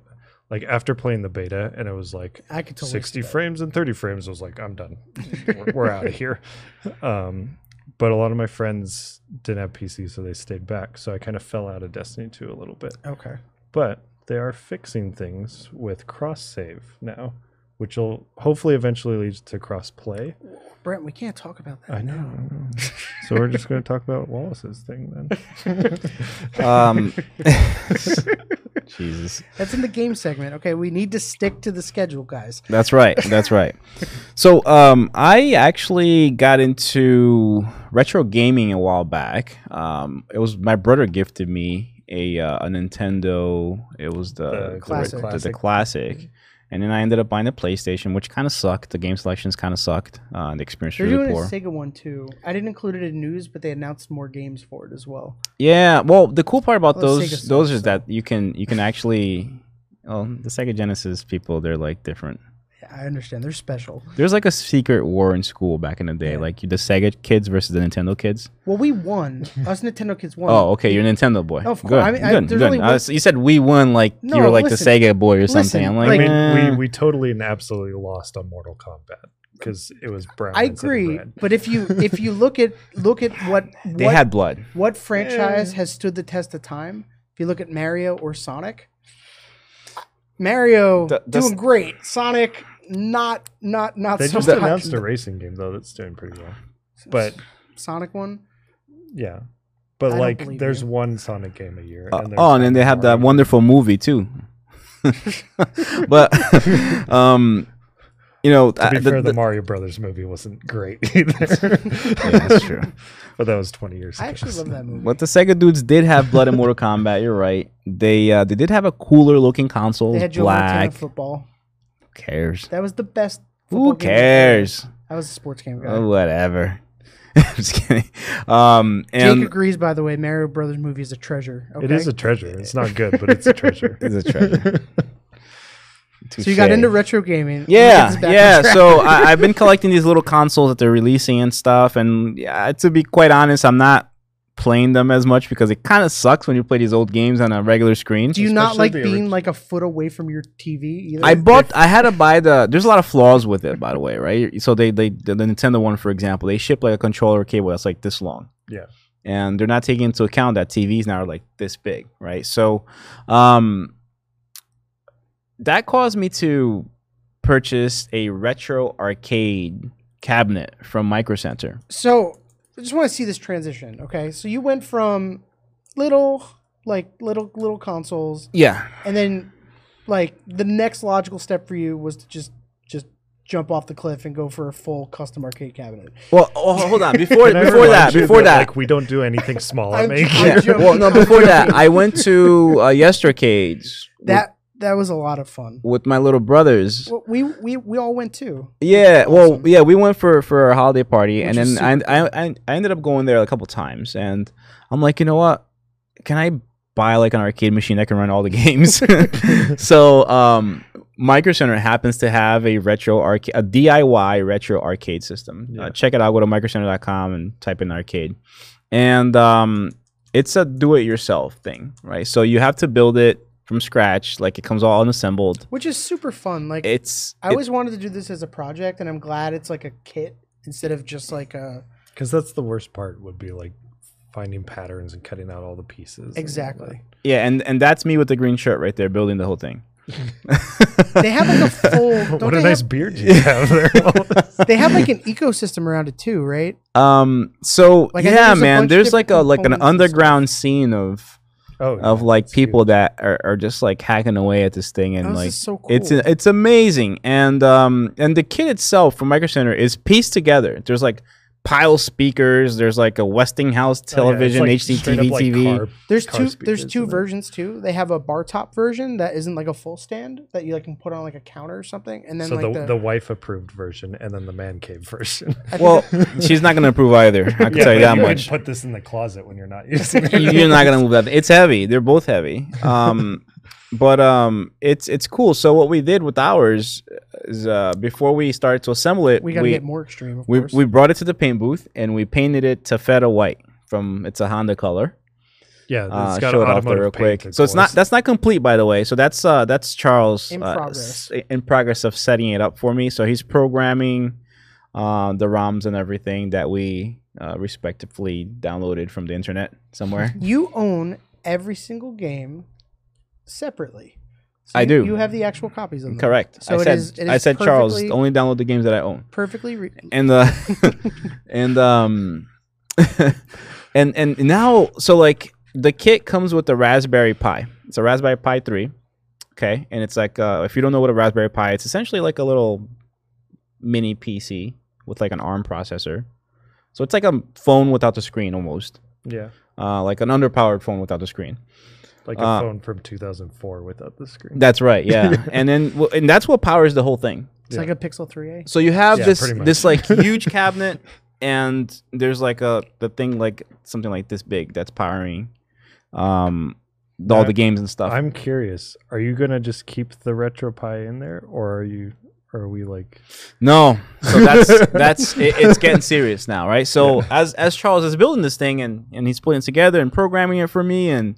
Speaker 2: like after playing the beta and it was like
Speaker 3: I could totally
Speaker 2: 60
Speaker 3: see that.
Speaker 2: frames and 30 frames i was like i'm done we're, we're out of here um but a lot of my friends didn't have pc so they stayed back so i kind of fell out of destiny 2 a little bit
Speaker 3: Okay.
Speaker 2: but they are fixing things with cross save now which will hopefully eventually lead to cross play
Speaker 3: Brent, we can't talk about that.
Speaker 2: I know. I know. [laughs] so we're just
Speaker 3: [laughs]
Speaker 2: going to talk about Wallace's thing then.
Speaker 1: Um, [laughs] Jesus.
Speaker 3: That's in the game segment. Okay, we need to stick to the schedule, guys.
Speaker 1: That's right. That's right. so um, I actually got into retro gaming a while back. Um, it was my brother gifted me a uh, a Nintendo. It was the
Speaker 2: The
Speaker 1: the
Speaker 3: classic. Mm-hmm.
Speaker 1: the- the classic. And then I ended up buying a PlayStation, which kind of sucked. The game selections kind of sucked. Uh, the experience
Speaker 3: They're
Speaker 1: was really
Speaker 3: doing a
Speaker 1: poor.
Speaker 3: Sega one too. I didn't include it in news, but they announced more games for it as well.
Speaker 1: Yeah, well, the cool part about
Speaker 3: Well,
Speaker 1: those
Speaker 3: Sega
Speaker 1: those
Speaker 3: sucks,
Speaker 1: is that you can you can actually, well, the Sega Genesis people they're like different.
Speaker 3: Yeah, I understand. They're special.
Speaker 1: There's like a secret war in school back in the day,
Speaker 3: Yeah.
Speaker 1: like the Sega kids versus the Nintendo kids.
Speaker 3: Well, we
Speaker 1: [laughs]
Speaker 3: won. Us Nintendo kids won.
Speaker 1: Oh, okay, you're a Nintendo boy.
Speaker 3: Of course,
Speaker 1: Good,
Speaker 3: I mean, I-
Speaker 1: good,
Speaker 3: there's
Speaker 1: good.
Speaker 3: only
Speaker 1: I
Speaker 3: one-
Speaker 1: was- you said we won, like you
Speaker 3: No,
Speaker 1: were like
Speaker 3: listen.
Speaker 1: the Sega boy or something.
Speaker 3: Listen,
Speaker 1: I'm like,
Speaker 2: I
Speaker 3: like-
Speaker 2: mean,
Speaker 1: eh.
Speaker 2: we, we totally and absolutely lost on Mortal Kombat because it was brown.
Speaker 3: I
Speaker 2: instead of
Speaker 3: agree,
Speaker 2: red.
Speaker 3: but if you if you look at look at what
Speaker 1: they
Speaker 3: what,
Speaker 1: had blood.
Speaker 3: what franchise has stood the test of time? If you look at Mario or Sonic, Mario
Speaker 1: Th- that's-
Speaker 3: doing great. Sonic not not not
Speaker 2: They
Speaker 3: so
Speaker 2: just
Speaker 3: much.
Speaker 2: announced a racing game though that's doing pretty well. But
Speaker 3: Sonic one.
Speaker 2: yeah, but
Speaker 3: I don't
Speaker 2: like
Speaker 3: believe
Speaker 2: there's
Speaker 3: you.
Speaker 2: one Sonic game a year.
Speaker 1: Uh,
Speaker 2: there's
Speaker 1: oh, and then they
Speaker 2: Sonic
Speaker 1: have that
Speaker 2: Mario.
Speaker 1: wonderful movie too. [laughs] but [laughs] um, you know,
Speaker 2: To be
Speaker 1: uh, the-
Speaker 2: fair, the,
Speaker 1: the-
Speaker 2: Mario Brothers movie wasn't great [laughs] either.
Speaker 1: [laughs] yeah, that's true.
Speaker 2: but that was 20 years ago.
Speaker 3: I actually love that movie.
Speaker 1: But the Sega dudes did have blood in Mortal Kombat. You're right. They uh, they did have a cooler looking console.
Speaker 3: They
Speaker 1: It
Speaker 3: had
Speaker 1: was
Speaker 3: Joe Montana
Speaker 1: black. Who
Speaker 3: football.
Speaker 1: cares?
Speaker 3: That was the best. football
Speaker 1: Who
Speaker 3: game I've ever-
Speaker 1: cares?
Speaker 3: I was a sports game guy. [laughs]
Speaker 1: Oh, whatever. [laughs] I'm just kidding. Um,
Speaker 3: Jake
Speaker 1: and
Speaker 3: agrees. By the way, Mario Brothers movie is a treasure. Okay?
Speaker 2: It is a treasure. It's not good, but it's
Speaker 1: [laughs]
Speaker 2: a treasure.
Speaker 1: it's a treasure.
Speaker 3: [laughs] So you got
Speaker 1: Touche.
Speaker 3: into retro gaming. Let's
Speaker 1: Yeah,
Speaker 3: get this back on
Speaker 1: yeah.
Speaker 3: track.
Speaker 1: So I, I've been collecting these little consoles that they're releasing and stuff. And yeah, to be quite honest, I'm not playing them as much because it kind of sucks when you play these old games on a regular screen.
Speaker 3: Do you not
Speaker 2: Especially
Speaker 3: like
Speaker 2: the
Speaker 3: being
Speaker 2: orig-
Speaker 3: like a foot away from your TV either?
Speaker 1: I bought. I had to buy the. There's a lot of flaws with it, by the way, right? So they, they the Nintendo one, for example, they ship like a controller cable that's like this long.
Speaker 2: Yeah.
Speaker 1: And they're not taking into account that TVs now are like this big, right? So, um, that caused me to purchase a retro arcade cabinet from Micro Center.
Speaker 3: so I just want to see this transition. Okay, so you went from little like little little consoles,
Speaker 1: Yeah.
Speaker 3: and then like the next logical step for you was to just just jump off the cliff and go for a full custom arcade cabinet.
Speaker 1: Well, oh, hold on. Before
Speaker 2: Can I
Speaker 1: before
Speaker 2: remind
Speaker 1: that,
Speaker 2: you
Speaker 1: before that,
Speaker 2: like we don't do anything small at
Speaker 3: [laughs] I'm-
Speaker 2: Make.
Speaker 3: I'm
Speaker 1: yeah.
Speaker 3: joking.
Speaker 1: well, no, before that,
Speaker 2: [laughs]
Speaker 1: I went to uh, Yestercades
Speaker 3: That that was a lot of fun.
Speaker 1: with, with my little brothers.
Speaker 3: Well, we we we all went too.
Speaker 1: Yeah, well,
Speaker 3: awesome.
Speaker 1: yeah, we went for for a holiday party,
Speaker 3: Which
Speaker 1: and
Speaker 3: is
Speaker 1: then I, I I I ended up going there a couple times, and I'm like, you know what? Can I buy like an arcade machine that can run all the [laughs]
Speaker 3: [laughs]
Speaker 1: games? so, um, Micro Center happens to have a retro arcade, a DIY retro arcade system.
Speaker 2: Yeah.
Speaker 1: Uh, check it out. Go to microcenter.com and type in arcade, and um, it's a do-it-yourself thing, right? So you have to build it from scratch, like it comes all unassembled.
Speaker 3: which is super fun. Like
Speaker 1: It's
Speaker 3: I
Speaker 1: it-
Speaker 3: always wanted to do this as a project, and I'm glad it's like a kit instead of just like a
Speaker 2: Because that's the worst part would be like finding patterns and cutting out all the pieces. and all
Speaker 3: exactly.
Speaker 1: Yeah, and and that's me with the green shirt right there, building the whole thing.
Speaker 3: They have like a full.
Speaker 2: that. [laughs]
Speaker 3: Don't
Speaker 2: What
Speaker 3: they,
Speaker 2: a nice
Speaker 3: have,
Speaker 1: [laughs]
Speaker 2: beard you have there. [laughs]
Speaker 3: they have like an ecosystem around it too, right?
Speaker 1: Um, so
Speaker 3: Like, I
Speaker 1: yeah,
Speaker 3: know there's a bunch
Speaker 1: man,
Speaker 3: of
Speaker 1: there's like a
Speaker 3: different
Speaker 1: like an
Speaker 3: components and
Speaker 1: underground scene of
Speaker 2: oh,
Speaker 1: of
Speaker 2: yeah,
Speaker 1: like
Speaker 2: that's huge.
Speaker 1: people that are, are just like hacking away at this thing and
Speaker 3: Oh, this
Speaker 1: like
Speaker 3: is so cool.
Speaker 1: it's it's amazing and um and the kit itself from Micro Center is pieced together. There's like pile speakers. There's like a Westinghouse
Speaker 2: Oh, yeah, it's,
Speaker 1: television,
Speaker 2: like, straight up,
Speaker 1: HDTV
Speaker 2: like,
Speaker 1: TV.
Speaker 2: car-
Speaker 3: there's
Speaker 2: car
Speaker 3: two.
Speaker 2: speakers
Speaker 3: There's two
Speaker 2: in it.
Speaker 3: versions too. They have a bar top version that isn't like a full stand that you like can put on like a counter or something, and then
Speaker 2: So
Speaker 3: like
Speaker 2: the,
Speaker 3: the,
Speaker 2: the wife approved version and then the man cave version. [laughs]
Speaker 1: Well, she's not gonna approve either. I can tell you
Speaker 2: but
Speaker 1: that
Speaker 2: you
Speaker 1: much.
Speaker 2: Can put this in the closet when you're not [laughs] using it.
Speaker 1: You- you're not gonna move that. It's heavy. They're both heavy.
Speaker 2: [laughs]
Speaker 1: Um, but um, it's it's cool. So what we did with ours is uh, before we started to assemble it,
Speaker 3: we
Speaker 1: we
Speaker 3: gotta
Speaker 1: we,
Speaker 3: get more extreme. Of
Speaker 1: we
Speaker 3: course.
Speaker 1: brought it to the paint booth and we painted it to feta white from it's a Honda color.
Speaker 2: Yeah,
Speaker 1: Uh,
Speaker 2: it's got
Speaker 1: show it off there
Speaker 2: automotive
Speaker 1: real quick.
Speaker 2: paint, of
Speaker 1: So it's not
Speaker 2: course.
Speaker 1: that's not complete by the way. So that's uh that's Charles
Speaker 3: In
Speaker 1: uh,
Speaker 3: progress.
Speaker 1: s- in progress of setting it up for me. So he's programming uh, the ROMs and everything that we uh, respectively downloaded from the internet somewhere.
Speaker 3: you own every single game separately. So
Speaker 1: I
Speaker 3: you-
Speaker 1: do.
Speaker 3: You have the actual copies of them.
Speaker 1: Correct.
Speaker 3: So
Speaker 1: I
Speaker 3: it
Speaker 1: said
Speaker 3: is- it
Speaker 1: I
Speaker 3: is
Speaker 1: said Charles
Speaker 3: perfectly-
Speaker 1: only download the games that I own.
Speaker 3: Perfectly. Re-
Speaker 1: And uh [laughs] and um [laughs] and and now so like the kit comes with the Raspberry Pi It's a Raspberry Pi 3. Okay. And it's like, uh, if you don't know what a Raspberry Pi, it's essentially like a little mini PC with like an ARM processor. So it's like a phone without the screen almost,
Speaker 2: Yeah.
Speaker 1: uh, like an underpowered phone without the screen.
Speaker 2: Like a
Speaker 1: Uh,
Speaker 2: phone from 2004 without the screen.
Speaker 1: That's right. Yeah. and then, well, and that's what powers the whole thing.
Speaker 3: It's
Speaker 2: Yeah.
Speaker 3: like a Pixel 3A.
Speaker 1: So you have
Speaker 2: Yeah,
Speaker 1: this
Speaker 2: pretty much.
Speaker 1: this like
Speaker 2: [laughs]
Speaker 1: huge cabinet, and there's like a the thing like something like this big that's powering, um, the- all
Speaker 2: Yeah.
Speaker 1: the games and stuff.
Speaker 2: I'm curious. Are you gonna just keep the RetroPie in there, or are you? Are we like?
Speaker 1: No, so that's that's it, it's getting serious now, right? So as as Charles is building this thing and and he's putting it together and programming it for me and.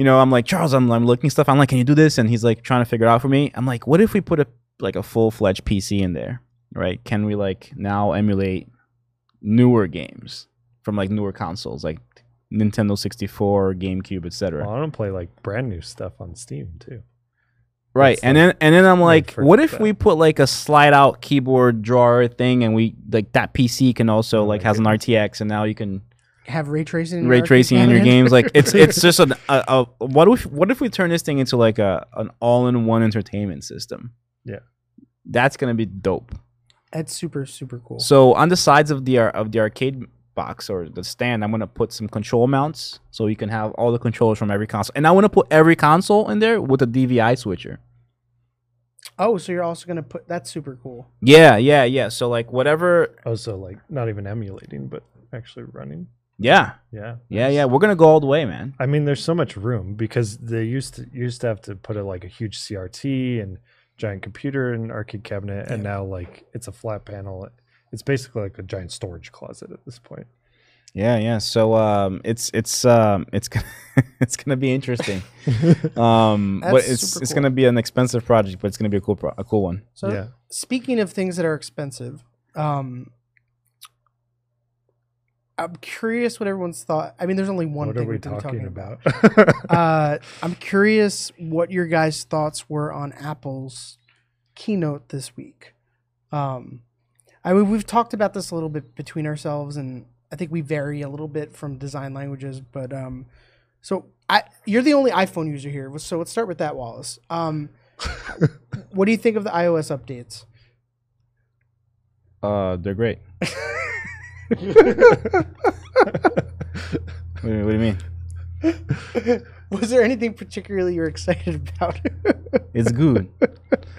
Speaker 1: You know, I'm like Charles. I'm, I'm looking stuff. I'm like, can you do this? And he's like trying to figure it out for me. I'm like, what if we put a like a full fledged PC in there, right? Can we like now emulate newer games from like newer consoles, like Nintendo 64, GameCube, etc.
Speaker 2: Well, I don't play like brand new stuff on Steam too.
Speaker 1: Right,
Speaker 2: It's
Speaker 1: and then and then I'm like,
Speaker 2: forget
Speaker 1: what if
Speaker 2: that.
Speaker 1: we put like a slide out keyboard drawer thing, and we like that PC can also like
Speaker 2: Oh my
Speaker 1: has an RTX, and now you can
Speaker 3: Have ray tracing. in
Speaker 1: ray
Speaker 3: your
Speaker 1: tracing in your
Speaker 3: RTX.
Speaker 1: games. Like it's it's just an a, a what if what if we turn this thing into like a an all in one entertainment system?
Speaker 2: Yeah.
Speaker 1: that's gonna be dope.
Speaker 3: That's super, super cool.
Speaker 1: So on the sides of the ar- of the arcade box or the stand, I'm gonna put some control mounts so you can have all the controls from every console, and I want to put every console in there with a DVI switcher.
Speaker 3: oh, so you're also going to put. That's super cool.
Speaker 1: Yeah, yeah, yeah. So like whatever
Speaker 2: Oh, so like not even emulating, but actually running.
Speaker 1: Yeah,
Speaker 2: Yeah.
Speaker 1: yeah,
Speaker 2: nice.
Speaker 1: yeah. We're gonna go all the way, man.
Speaker 2: I mean, there's so much room because they used to used to have to put a, like a huge CRT and giant computer and arcade cabinet, and now like it's a flat panel. It's basically like a giant storage closet at this point.
Speaker 1: Yeah, yeah. So um, it's it's um, it's gonna [laughs] it's gonna be [laughs] interesting. um, but
Speaker 3: That's
Speaker 1: it's
Speaker 3: super
Speaker 1: it's
Speaker 3: cool.
Speaker 1: gonna be an expensive project, but it's gonna be a cool pro- a cool one.
Speaker 3: So
Speaker 2: yeah.
Speaker 3: speaking of things that are expensive, um, I'm curious what everyone's thought. I mean, there's only one
Speaker 2: What
Speaker 3: thing
Speaker 2: are we
Speaker 3: we've been
Speaker 2: talking, about?
Speaker 3: uh, I'm curious what your guys' thoughts were on Apple's keynote this week. Um, I mean, we've talked about this a little bit between ourselves, and I think we vary a little bit from design languages. But um, so I, you're the only iPhone user here, so let's start with that, Wallace.
Speaker 2: [laughs]
Speaker 3: Um, what do you think of the iOS updates?
Speaker 1: Uh, they're great.
Speaker 2: [laughs]
Speaker 1: What do, you, what do you mean?
Speaker 3: Was there anything particularly you're excited [laughs] about?
Speaker 1: It's [laughs] good.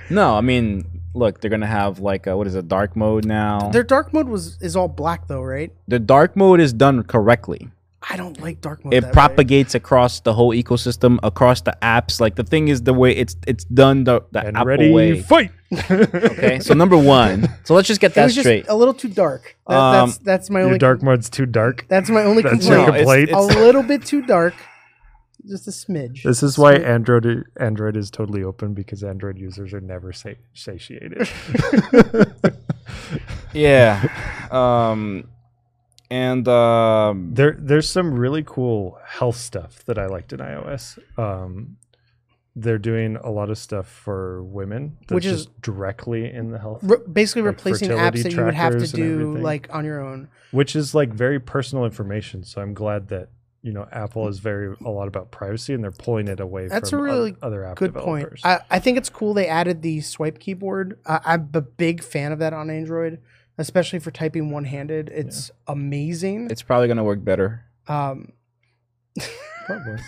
Speaker 1: no, I mean, look, they're gonna have like a, what is it, dark mode now?
Speaker 3: Their dark mode was is all black though, right?
Speaker 1: the dark mode is done correctly.
Speaker 3: I don't like dark mode.
Speaker 1: It
Speaker 3: that way.
Speaker 1: propagates across the whole ecosystem, across the apps. Like the thing is the way it's it's done the, the
Speaker 2: and
Speaker 1: Apple
Speaker 2: ready
Speaker 1: [laughs] way.
Speaker 2: fight.
Speaker 1: Okay, so number one. So let's just get
Speaker 3: It
Speaker 1: that
Speaker 3: was just
Speaker 1: straight.
Speaker 3: a little too dark. That,
Speaker 1: Um,
Speaker 3: that's that's my
Speaker 2: Your
Speaker 3: only
Speaker 2: dark mode's too
Speaker 3: [laughs]
Speaker 2: dark.
Speaker 3: That's my
Speaker 2: [laughs]
Speaker 3: only
Speaker 2: That's
Speaker 1: No,
Speaker 2: your
Speaker 3: complaint.
Speaker 1: it's-
Speaker 2: complaint.
Speaker 1: it's-
Speaker 3: a little bit too dark, just a smidge.
Speaker 2: This is why Android Android is totally open because Android users are never sa- satiated.
Speaker 1: Yeah. Um, and um,
Speaker 2: there there's some really cool health stuff that I liked in iOS. Um, they're doing a lot of stuff for women, that's
Speaker 3: Which is-
Speaker 2: just directly in the health,
Speaker 3: Re- basically
Speaker 2: Like
Speaker 3: replacing
Speaker 2: fertility
Speaker 3: apps that you would have to
Speaker 2: trackers and
Speaker 3: do
Speaker 2: everything.
Speaker 3: like on your own.
Speaker 2: which is like very personal information. So I'm glad that you know Apple is very a lot about privacy, and they're pulling it away.
Speaker 3: That's
Speaker 2: from
Speaker 3: a
Speaker 2: oth-
Speaker 3: really
Speaker 2: other app
Speaker 3: Good point.
Speaker 2: developers.
Speaker 3: I, I think it's cool they added the swipe keyboard. I, I'm a big fan of that on Android, especially for typing one handed. It's amazing.
Speaker 1: it's probably gonna work better.
Speaker 3: um,
Speaker 1: [laughs]
Speaker 2: Probably.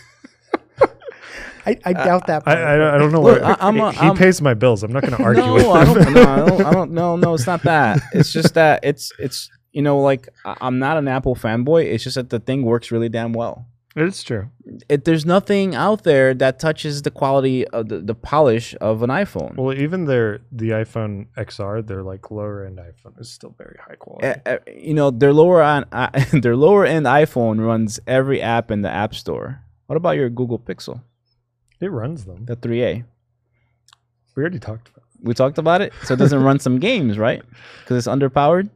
Speaker 3: I, I doubt that.
Speaker 2: I,
Speaker 3: part.
Speaker 2: I, don't- I don't know.
Speaker 1: Look,
Speaker 2: where,
Speaker 1: I- I'm a-
Speaker 2: he
Speaker 1: I'm-
Speaker 2: pays my bills. I'm not going to argue
Speaker 1: [laughs] no,
Speaker 2: with
Speaker 1: I
Speaker 2: him.
Speaker 1: don't, no, I
Speaker 2: [laughs]
Speaker 1: don't. I don't. No, no, it's not that. It's just that it's it's you know like I- I'm not an Apple fanboy. It's just that the thing works really damn well.
Speaker 2: it's true.
Speaker 1: It, there's nothing out there that touches the quality of the, the polish of an iPhone.
Speaker 2: Well, even their the iPhone XR, their like lower end iPhone is still very high quality.
Speaker 1: Uh, uh, you know their lower on I [laughs] their lower end iPhone runs every app in the App Store. What about your Google Pixel,
Speaker 2: it runs them.
Speaker 1: the 3A?
Speaker 2: We already talked about.
Speaker 1: We talked about it, so it doesn't run some games, right? Because it's underpowered.
Speaker 2: It.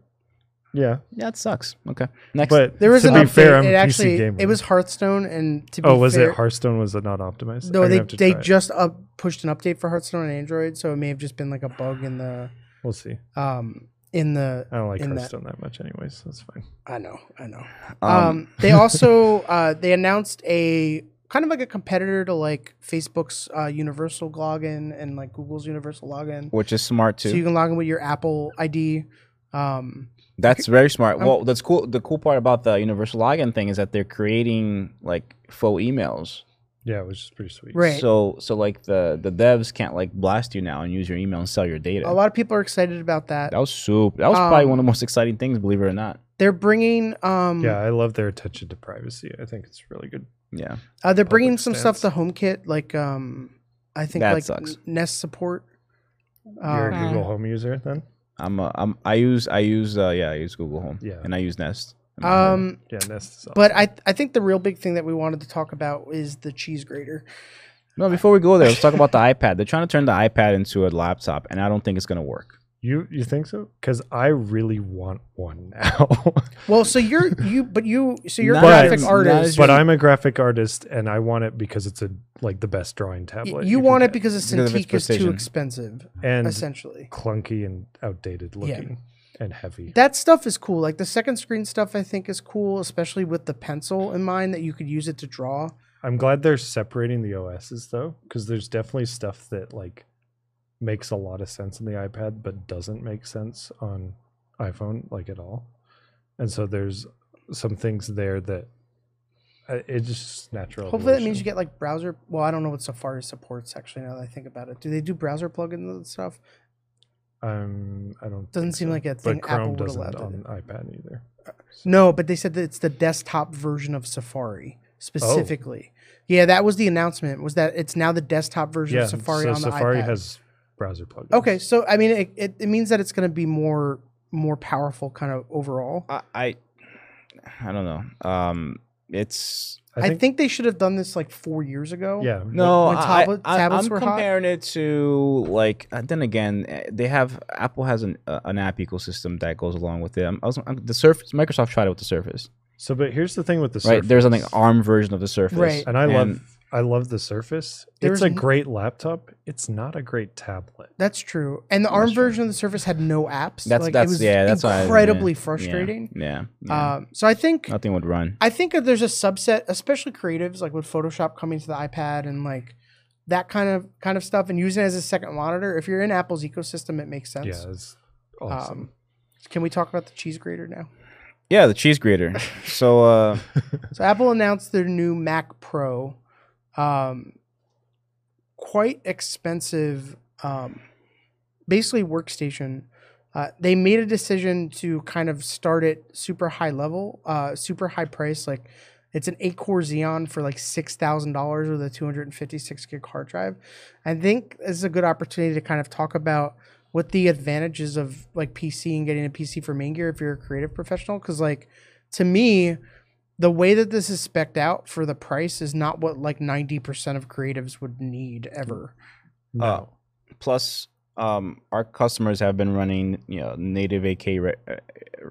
Speaker 2: Yeah,
Speaker 1: Yeah, it sucks. Okay, next.
Speaker 2: but
Speaker 3: There was
Speaker 2: to
Speaker 3: an
Speaker 2: be
Speaker 3: update.
Speaker 2: fair, I'm a
Speaker 3: it
Speaker 2: PC
Speaker 3: actually
Speaker 2: gamer.
Speaker 3: it was Hearthstone, and to be
Speaker 2: oh, was
Speaker 3: fair,
Speaker 2: it Hearthstone? Was it not optimized?
Speaker 3: No,
Speaker 2: I'm gonna
Speaker 3: they
Speaker 2: have to
Speaker 3: they
Speaker 2: try it.
Speaker 3: just up pushed an update for Hearthstone on Android, so it may have just been like a bug in the
Speaker 2: We'll see.
Speaker 3: um in the
Speaker 2: I don't like
Speaker 3: in that-
Speaker 2: Hearthstone that. much, anyways. That's fine.
Speaker 3: I know I know.
Speaker 1: um,
Speaker 3: [laughs] Um, they also uh, they announced a kind of like a competitor to like Facebook's uh, universal login and like Google's universal login.
Speaker 1: which is smart
Speaker 3: So you
Speaker 1: too.
Speaker 3: can log in with your Apple ID. Um,
Speaker 1: That's very smart.
Speaker 3: Um,
Speaker 1: Well, that's cool. The cool part about the universal login thing is that they're creating like faux emails.
Speaker 2: Yeah, which is pretty sweet.
Speaker 3: Right.
Speaker 1: So so like the the devs can't like blast you now and use your email and sell your data.
Speaker 3: a lot of people are excited about that.
Speaker 1: that was soup. That was probably
Speaker 3: Um,
Speaker 1: one of the most exciting things, believe it or not.
Speaker 3: They're bringing um,
Speaker 2: Yeah, I love their attention to privacy. I think it's really good.
Speaker 1: Yeah.
Speaker 3: uh, they're bringing
Speaker 2: Public
Speaker 3: some
Speaker 2: stance.
Speaker 3: stuff to HomeKit, like um, I think
Speaker 1: That
Speaker 3: like
Speaker 1: sucks.
Speaker 3: Nest support.
Speaker 2: You're
Speaker 3: Um,
Speaker 2: a Google Home user then?
Speaker 1: I'm uh, I'm I use I use uh yeah, I use Google Home.
Speaker 2: Yeah.
Speaker 1: And I use Nest. And I-
Speaker 3: um,
Speaker 2: Yeah, Nest is awesome.
Speaker 3: but I I think the real big thing that we wanted to talk about is the cheese grater.
Speaker 1: no, before we go there, let's talk about the iPad. They're trying to turn the iPad into a laptop and I don't think it's going to work.
Speaker 2: you you think so? Because I really want one now. [laughs]
Speaker 3: Well, so you're you, but you, so you're a
Speaker 1: Not
Speaker 3: graphic
Speaker 1: as- not
Speaker 3: artist.
Speaker 1: as
Speaker 2: but
Speaker 1: your-
Speaker 2: I'm a graphic artist and I want it because it's a like the best drawing
Speaker 3: You,
Speaker 2: tablet.
Speaker 3: you
Speaker 2: can
Speaker 3: want it
Speaker 2: get.
Speaker 3: because it's
Speaker 1: because of its
Speaker 3: Cintiq is too
Speaker 1: precision.
Speaker 3: expensive,
Speaker 2: and
Speaker 3: essentially.
Speaker 2: clunky and outdated looking and heavy.
Speaker 3: That stuff is cool. Like the second screen stuff, I think is cool, especially with the pencil in mind that you could use it to draw.
Speaker 2: I'm glad they're separating the OSs though, because there's definitely stuff that like makes a lot of sense on the iPad but doesn't make sense on iPhone like at all. And so there's some things there that uh, it's just natural.
Speaker 3: Hopefully, that means you get like browser. Well, I don't know what Safari supports actually. Now that I think about it, do they do browser plugins and stuff?
Speaker 2: Um, I don't.
Speaker 3: Doesn't
Speaker 2: think
Speaker 3: seem
Speaker 2: so.
Speaker 3: like a thing
Speaker 2: But Chrome
Speaker 3: Apple would allow.
Speaker 2: doesn't
Speaker 3: to
Speaker 2: on
Speaker 3: do.
Speaker 2: iPad either.
Speaker 3: No, but they said that it's the desktop version of
Speaker 2: Oh.
Speaker 3: Safari specifically. Yeah, that was the announcement. Was that it's now the desktop version
Speaker 2: yeah,
Speaker 3: of Safari
Speaker 2: so
Speaker 3: on the
Speaker 2: Safari
Speaker 3: iPad.
Speaker 2: has browser plugins.
Speaker 3: Okay, so I mean, it, it, it means that it's going to be more more powerful, kind of overall.
Speaker 1: I I, I don't know. Um it's
Speaker 2: I
Speaker 3: I
Speaker 2: think,
Speaker 3: think, they should have done this like four years ago.
Speaker 2: yeah.
Speaker 1: No,
Speaker 3: When
Speaker 1: I,
Speaker 3: tablet-
Speaker 1: I,
Speaker 3: tablets
Speaker 1: I'm
Speaker 3: were hot?
Speaker 1: comparing it to like. Uh, then again, eh, they have Apple has an uh, an app ecosystem that goes along with it. I'm, I was, i the Surface, Microsoft tried it with the Surface,
Speaker 2: So, but here's the thing with the
Speaker 1: right? There's like
Speaker 2: Surface.
Speaker 1: ARM version of the Surface,
Speaker 3: Right.
Speaker 2: and I love I love the Surface.
Speaker 3: There's
Speaker 2: It's a
Speaker 3: n-
Speaker 2: great laptop. It's not a great tablet.
Speaker 3: that's true. And the ARM version of the Surface had no apps.
Speaker 1: That's
Speaker 3: like,
Speaker 1: that's
Speaker 3: it was
Speaker 1: yeah, that's what I- yeah,
Speaker 3: incredibly
Speaker 1: yeah,
Speaker 3: frustrating.
Speaker 1: Yeah, yeah.
Speaker 3: Um, so I think
Speaker 1: nothing would run.
Speaker 3: I think that there's a subset, especially creatives, like with Photoshop coming to the iPad and like that kind of kind of stuff, and using it as a second monitor. If you're in Apple's ecosystem, it makes sense.
Speaker 2: yeah, it's awesome.
Speaker 3: Um, can we talk about the cheese grater now?
Speaker 1: Yeah, the cheese
Speaker 3: [laughs]
Speaker 1: grater. so uh,
Speaker 3: So Apple announced their new Mac Pro, um, quite expensive, um, basically workstation. Uh, they made a decision to kind of start it super high level, uh, super high price. Like it's an eight core Xeon for like six thousand dollars with a two hundred and fifty six gig hard drive. I think this is a good opportunity to kind of talk about what the advantages of like PC and getting a PC for main gear if you're a creative professional. Because like to me, the way that this is specced out for the price is not what like 90% of creatives would need ever.
Speaker 2: no.
Speaker 3: oh,
Speaker 1: uh, plus, um, our customers have been running you know native AK re- uh,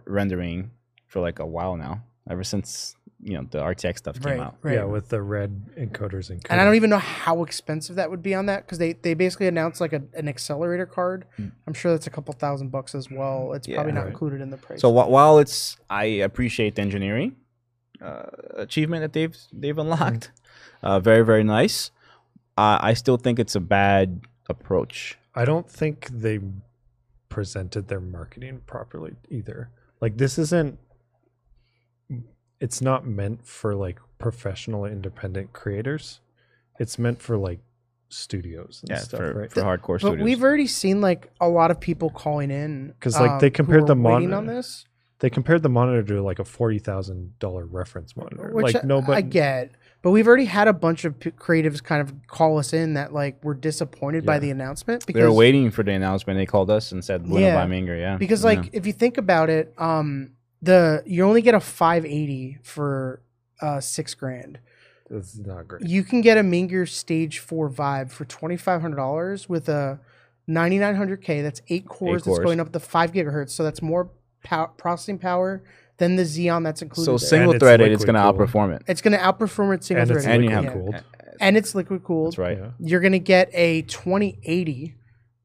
Speaker 1: rendering for like a while now, ever since you know the RTX stuff came out.
Speaker 3: right.
Speaker 2: yeah, with the red encoders and
Speaker 3: and I don't even know how expensive that would be on that because they, they basically announced like a, an accelerator card.
Speaker 1: Mm.
Speaker 3: I'm sure that's a couple thousand bucks as well. It's probably
Speaker 1: Yeah.
Speaker 3: not
Speaker 2: Right.
Speaker 3: included in the price.
Speaker 1: So wh- while it's, I appreciate the engineering uh, achievement that they've they've
Speaker 3: Mm-hmm.
Speaker 1: unlocked. Uh, very very nice. Uh, I still think it's a bad approach.
Speaker 2: I don't think they presented their marketing properly either. Like this isn't it's not meant for like professional independent creators. It's meant for like studios and
Speaker 1: Yeah,
Speaker 2: stuff,
Speaker 1: for,
Speaker 2: right?
Speaker 1: for hardcore
Speaker 3: but
Speaker 1: studios.
Speaker 3: we've already seen like a lot of people calling in
Speaker 2: 'Cause, like,
Speaker 3: um,
Speaker 2: they
Speaker 3: who
Speaker 2: compared
Speaker 3: were
Speaker 2: the
Speaker 3: waiting
Speaker 2: monitor-
Speaker 3: on this,
Speaker 2: they compared the monitor to like a forty thousand dollar reference monitor.
Speaker 3: which
Speaker 2: like
Speaker 3: I-
Speaker 2: no, but
Speaker 3: I get. But we've already had a bunch of p- creatives kind of call us in that like were disappointed by
Speaker 2: Yeah.
Speaker 3: the announcement because
Speaker 1: they were waiting for the announcement. They called us and said, "Bueno
Speaker 3: Yeah.
Speaker 1: by Minger." Yeah,
Speaker 3: because
Speaker 1: yeah.
Speaker 3: like if you think about it um the you only get a 580 for uh six grand
Speaker 2: it's not great.
Speaker 3: you can get a minger stage 4 vibe for $2500 with a 9900k that's eight
Speaker 1: cores.
Speaker 3: cores, that's going up to five gigahertz so that's more pow- processing power than the xeon that's included
Speaker 1: so
Speaker 3: there.
Speaker 1: single
Speaker 2: it's
Speaker 1: threaded, it's
Speaker 2: liquid
Speaker 1: going to
Speaker 2: cooled.
Speaker 1: outperform it.
Speaker 3: it's going to outperform its single
Speaker 2: And it's
Speaker 3: threaded.
Speaker 1: And you
Speaker 2: liquid
Speaker 1: have-
Speaker 2: cooled.
Speaker 3: and it's liquid cooled
Speaker 1: That's right.
Speaker 2: Yeah.
Speaker 3: you're going to get a 2080,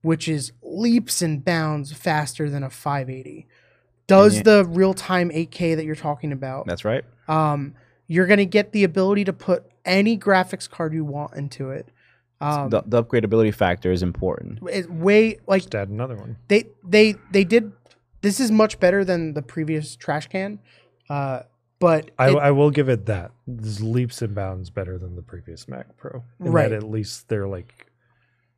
Speaker 3: which is leaps and bounds faster than a 580. Does
Speaker 1: And
Speaker 2: Oh.
Speaker 3: the real time 8K that you're talking about?
Speaker 1: That's right.
Speaker 3: Um, you're going to get the ability to put any graphics card you want into it. Um,
Speaker 1: the, the upgradability factor is important.
Speaker 3: it way like
Speaker 2: Just add another one.
Speaker 3: they they they did. This is much better than the previous trash can, uh, but
Speaker 2: I,
Speaker 3: it-
Speaker 2: I will give it that. This leaps and bounds better than the previous Mac Pro. In
Speaker 3: Right.
Speaker 2: That at least they're like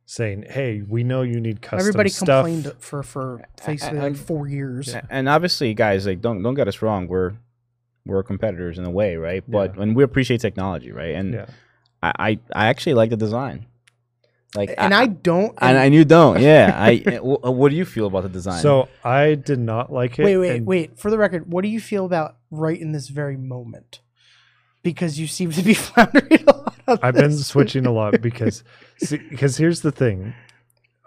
Speaker 2: saying, "Hey, we know you need custom
Speaker 3: everybody
Speaker 2: stuff."
Speaker 3: complained for for basically
Speaker 1: I-
Speaker 3: like four years.
Speaker 1: A- And obviously, guys, like don't don't get us wrong. We're we're competitors in a way, right? But and we appreciate technology, right? And
Speaker 2: Yeah.
Speaker 1: I, I I actually like the design. Like
Speaker 3: and I, don't.
Speaker 1: and I knew don't. Yeah. I [laughs] w- what do you feel about the design?
Speaker 2: So I did not like it.
Speaker 3: wait, wait,
Speaker 2: and
Speaker 3: wait. For the record, what do you feel about right in this very moment? Because you seem to be [laughs] floundering a lot. on
Speaker 2: I've been
Speaker 3: this.
Speaker 2: switching a lot
Speaker 3: [laughs]
Speaker 2: because because here's the thing.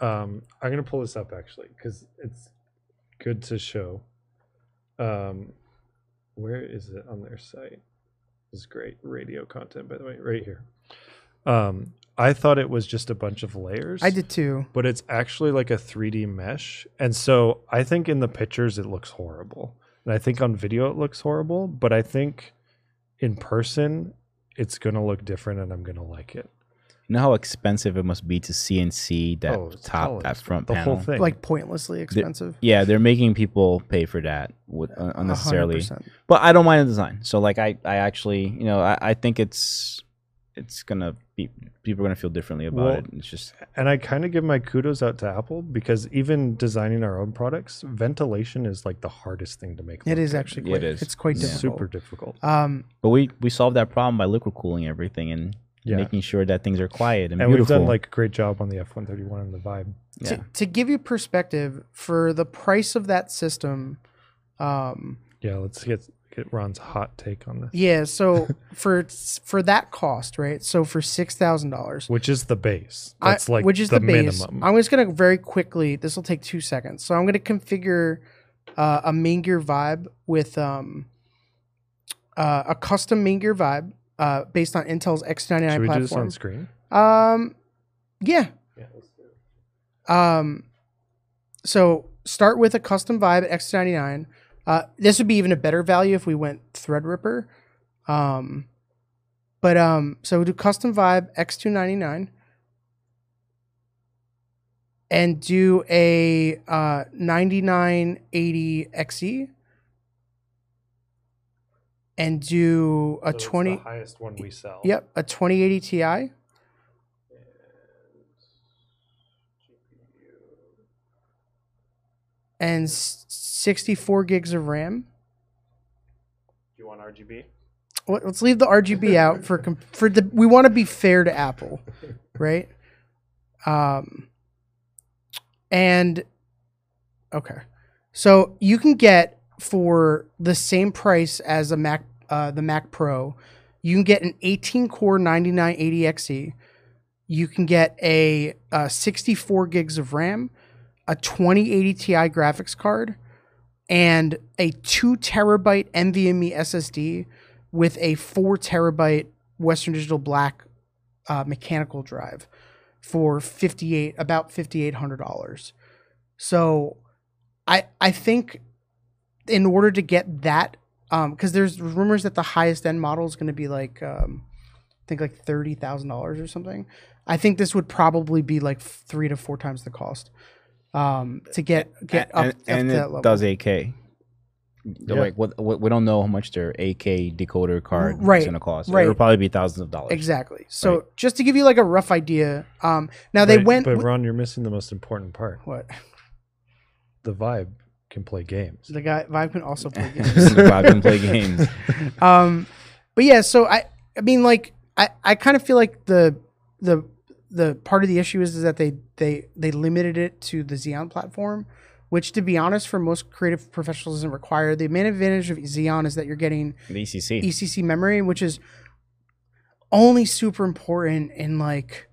Speaker 2: Um, I'm gonna pull this up actually because it's good to show. Um, where is it on their site? This is great radio content, by the way, right here. Um, I thought it was just a bunch of layers.
Speaker 3: I did too.
Speaker 2: but it's actually like a 3D mesh. And so I think in the pictures it looks horrible. And I think on video it looks horrible, but I think in person it's going to look different and I'm going to like it.
Speaker 1: you know how expensive it must be to CNC that
Speaker 2: Oh, it's
Speaker 1: top,
Speaker 2: colors,
Speaker 1: that front
Speaker 2: The
Speaker 1: panel.
Speaker 2: whole thing.
Speaker 3: Like pointlessly expensive.
Speaker 1: Yeah, they're making people pay for that with, uh,
Speaker 3: A hundred
Speaker 1: unnecessarily.
Speaker 3: percent.
Speaker 1: But I don't mind the design. So like I, I actually, you know, I, I think it's it's gonna be people are gonna feel differently about
Speaker 2: Well,
Speaker 1: it. It's just
Speaker 2: and I kind of give my kudos out to Apple because even designing our own products, ventilation is like the hardest thing to make.
Speaker 3: It
Speaker 2: look
Speaker 3: is
Speaker 2: good.
Speaker 3: actually
Speaker 1: Yeah, it
Speaker 3: quite.
Speaker 1: is.
Speaker 3: It's quite
Speaker 1: Yeah.
Speaker 3: difficult.
Speaker 2: super difficult.
Speaker 3: Um,
Speaker 1: but we we solved that problem by liquid cooling everything and
Speaker 2: Yeah.
Speaker 1: making sure that things are quiet and,
Speaker 2: and we've
Speaker 1: beautiful.
Speaker 2: done like a great job on the F131 and the Vibe.
Speaker 1: yeah.
Speaker 3: to, to give you perspective, for the price of that system, um,
Speaker 2: Yeah, let's get get Ron's hot take on this,
Speaker 1: [laughs]
Speaker 3: yeah. So for for that cost, right? So for six thousand dollars,
Speaker 2: which is the base.
Speaker 3: I-
Speaker 2: That's like
Speaker 3: which is
Speaker 2: the,
Speaker 3: the, base.
Speaker 2: minimum.
Speaker 3: I'm just gonna very quickly. This will take two seconds. So I'm gonna configure uh, a main gear vibe with um, uh, a custom main gear vibe uh, based on Intel's X99
Speaker 2: Should we do this
Speaker 3: platform.
Speaker 2: on screen?
Speaker 3: um, yeah.
Speaker 2: Yeah, let's
Speaker 3: Um, so start with a custom vibe at X99. Uh, this would be even a better value if we went Threadripper. Um, but um, so we'll do custom vibe X299 and do a uh, 9980 XE E and do
Speaker 2: Oh,
Speaker 3: a 20
Speaker 2: highest one we sell.
Speaker 3: yep a 2080 Ti and s- 64 gigs of RAM.
Speaker 2: Do you want RGB?
Speaker 3: Let- Let's leave the RGB out for com- for the. We want to be fair to Apple, right? Um, and okay, so you can get for the same price as a Mac, uh, the Mac Pro, you can get an 18 core 9980 XE. E, You can get a, uh 64 gigs of RAM, a 2080 Ti graphics card, and a two terabyte NVMe SSD with a four terabyte Western Digital Black uh, mechanical drive for fifty eight about fifty eight hundred dollars. So, I I think in order to get that, because there's rumors that the highest end model is going to be like um, I think like thirty thousand dollars or something. I think this would probably be like three to four times the cost um, to get get
Speaker 1: and,
Speaker 3: up,
Speaker 1: and
Speaker 3: up to
Speaker 1: it
Speaker 3: that level.
Speaker 1: does AK. They're
Speaker 2: Yeah.
Speaker 1: Like what, what we don't know how much their AK decoder card
Speaker 3: Right,
Speaker 1: is gonna cost.
Speaker 3: right.
Speaker 1: It'll probably be thousands of dollars. [laughs]
Speaker 3: Exactly. So just to give you like a rough idea, um, now they went.
Speaker 2: But
Speaker 3: with-
Speaker 2: Ron, you're missing the most important part.
Speaker 3: what
Speaker 2: The Vibe can play games.
Speaker 3: the guy Vibe can
Speaker 2: [laughs]
Speaker 3: also play games.
Speaker 1: Exactly. I can play games.
Speaker 3: um, but yeah, so I I mean like I, I kind of feel like the the the part of the issue is, is that they they they limited it to the Xeon platform, which to be honest, for most creative professionals isn't required. The main advantage of Xeon is that you're getting
Speaker 1: The E ECC.
Speaker 2: E
Speaker 3: ECC memory, which is only super important in like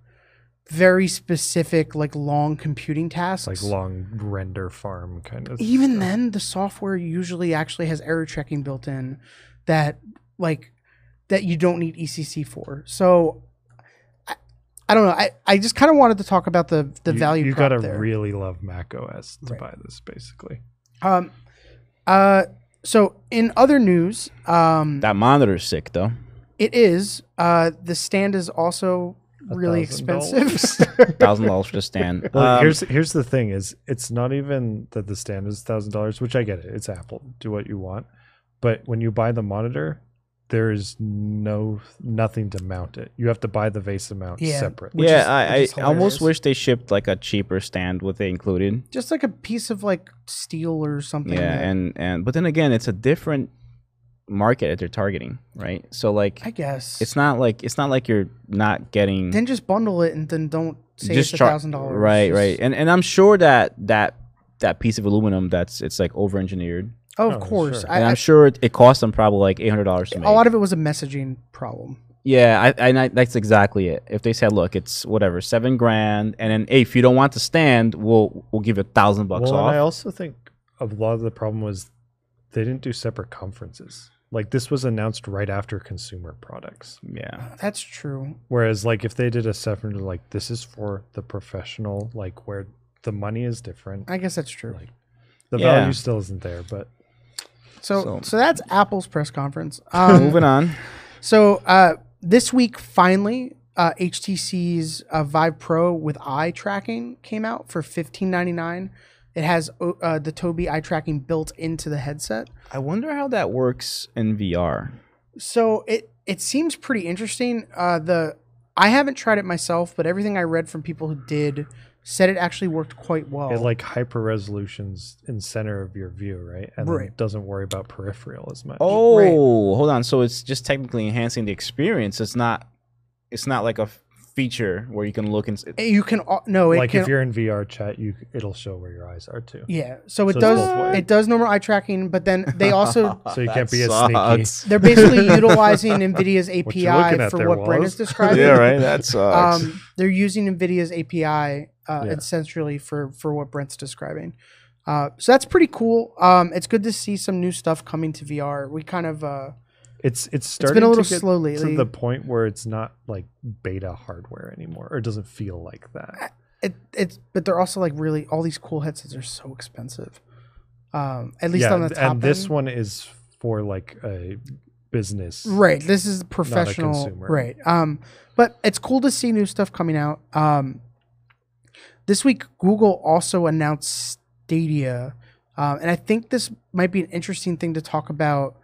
Speaker 3: very specific, like long computing tasks.
Speaker 2: It's like long render farm kind of.
Speaker 3: Even
Speaker 2: stuff.
Speaker 3: then, the software usually actually has error checking built in that like that you don't need ECC for. So I, I don't know. I, I just kind of wanted to talk about the the
Speaker 2: you,
Speaker 3: value.
Speaker 2: You
Speaker 3: prop
Speaker 2: gotta
Speaker 3: there.
Speaker 2: really love Mac OS to
Speaker 3: Right.
Speaker 2: buy this, basically.
Speaker 3: um uh so in other news um
Speaker 1: That monitor's sick though.
Speaker 3: It is. Uh, the stand is also really
Speaker 2: $1,000.
Speaker 1: [laughs]
Speaker 2: [laughs]
Speaker 3: expensive. [laughs]
Speaker 1: Thousand dollars for the stand.
Speaker 2: Well,
Speaker 1: Um,
Speaker 2: here's here's the thing: is it's not even that the stand is thousand dollars, which I get it. It's Apple, do what you want. But when you buy the monitor, there is no nothing to mount it. You have to buy the vase to mount
Speaker 3: Yeah.
Speaker 2: separate.
Speaker 3: which
Speaker 1: yeah, uh,
Speaker 3: is-
Speaker 1: I,
Speaker 3: which is
Speaker 1: I almost
Speaker 3: hilarious.
Speaker 1: wish they shipped like a cheaper stand with it included.
Speaker 3: Just like a piece of like steel or something.
Speaker 1: Yeah,
Speaker 3: that-
Speaker 1: and and but then again, it's a different market that they're targeting, right? So like,
Speaker 3: I guess
Speaker 1: it's not like it's not like you're not getting
Speaker 3: then just bundle it and then don't say it's a
Speaker 1: char-
Speaker 3: thousand dollars.
Speaker 1: right,
Speaker 3: Just-
Speaker 1: right, and and I'm sure that that that piece of aluminum that's it's like over engineered,
Speaker 3: Oh, of
Speaker 2: Oh,
Speaker 3: course.
Speaker 2: sure.
Speaker 3: I,
Speaker 1: and
Speaker 3: I-
Speaker 1: I'm sure it, it cost them probably like eight hundred dollars to make.
Speaker 3: a lot of it was a messaging problem.
Speaker 1: Yeah, I, I, and I- that's exactly it. If they said, "Look, it's whatever, seven grand," and then hey, if you don't want the stand, we'll we'll give you a thousand bucks
Speaker 2: Well, and I
Speaker 1: off.
Speaker 2: also think a lot of the problem was they didn't do separate conferences. Like this was announced right after consumer products.
Speaker 1: Yeah,
Speaker 3: That's true.
Speaker 2: Whereas, like, if they did a separate, like, this is for the professional, like, where the money is different,
Speaker 3: I guess that's true.
Speaker 2: Like- the
Speaker 1: Yeah.
Speaker 2: value still isn't there. But
Speaker 3: So, so
Speaker 1: So-
Speaker 3: that's Apple's
Speaker 2: [laughs]
Speaker 3: press conference. Um,
Speaker 1: moving on.
Speaker 3: so uh, this week finally, uh, HTC's uh, Vive Pro with eye tracking came out for fifteen ninety nine. It has o- uh, the Toby eye tracking built into the headset.
Speaker 1: I wonder how that works in VR.
Speaker 3: So it it seems pretty interesting. Uh, the I haven't tried it myself, but everything I read from people who did said it actually worked quite well.
Speaker 2: it like hyper resolutions in center of your view, right? And then
Speaker 3: Right.
Speaker 2: doesn't worry about peripheral as much.
Speaker 1: Oh,
Speaker 3: Right.
Speaker 1: hold on. So it's just technically enhancing the experience. It's not. It's not like a f- feature where you can look and. s-
Speaker 3: you can al- no, it
Speaker 2: like
Speaker 3: can,
Speaker 2: if you're in VR chat, you it'll show where your eyes are too.
Speaker 3: yeah. So it
Speaker 2: So it's both
Speaker 3: does
Speaker 2: ways.
Speaker 3: it does normal eye tracking, but then they
Speaker 1: [laughs]
Speaker 3: also
Speaker 2: So you
Speaker 1: That
Speaker 2: can't be as
Speaker 1: sucks.
Speaker 3: They're
Speaker 1: [laughs]
Speaker 3: basically utilizing NVIDIA's
Speaker 2: you looking
Speaker 3: API
Speaker 2: at
Speaker 3: for
Speaker 2: there,
Speaker 3: what Brent
Speaker 2: Waz?
Speaker 3: is describing.
Speaker 1: That sucks.
Speaker 3: Um, they're using NVIDIA's API uh,
Speaker 2: Yeah.
Speaker 3: essentially for for what Brent's describing. Uh, so that's pretty cool. Um, it's good to see some new stuff coming to VR. We kind of uh,
Speaker 2: It's it's
Speaker 3: it's
Speaker 2: starting
Speaker 3: been a little
Speaker 2: to get
Speaker 3: slow
Speaker 2: to
Speaker 3: lately.
Speaker 2: the point where it's not like beta hardware anymore, or it doesn't feel like that.
Speaker 3: it, it's but they're also like really all these cool headsets are so expensive. Um, at least
Speaker 2: yeah,
Speaker 3: on the
Speaker 2: and-
Speaker 3: top
Speaker 2: and this
Speaker 3: end.
Speaker 2: one is for like a business.
Speaker 3: Right. This is professional.
Speaker 2: consumer.
Speaker 3: Right. Um, but it's cool to see new stuff coming out. Um, this week, Google also announced Stadia. Um, and I think this might be an interesting thing to talk about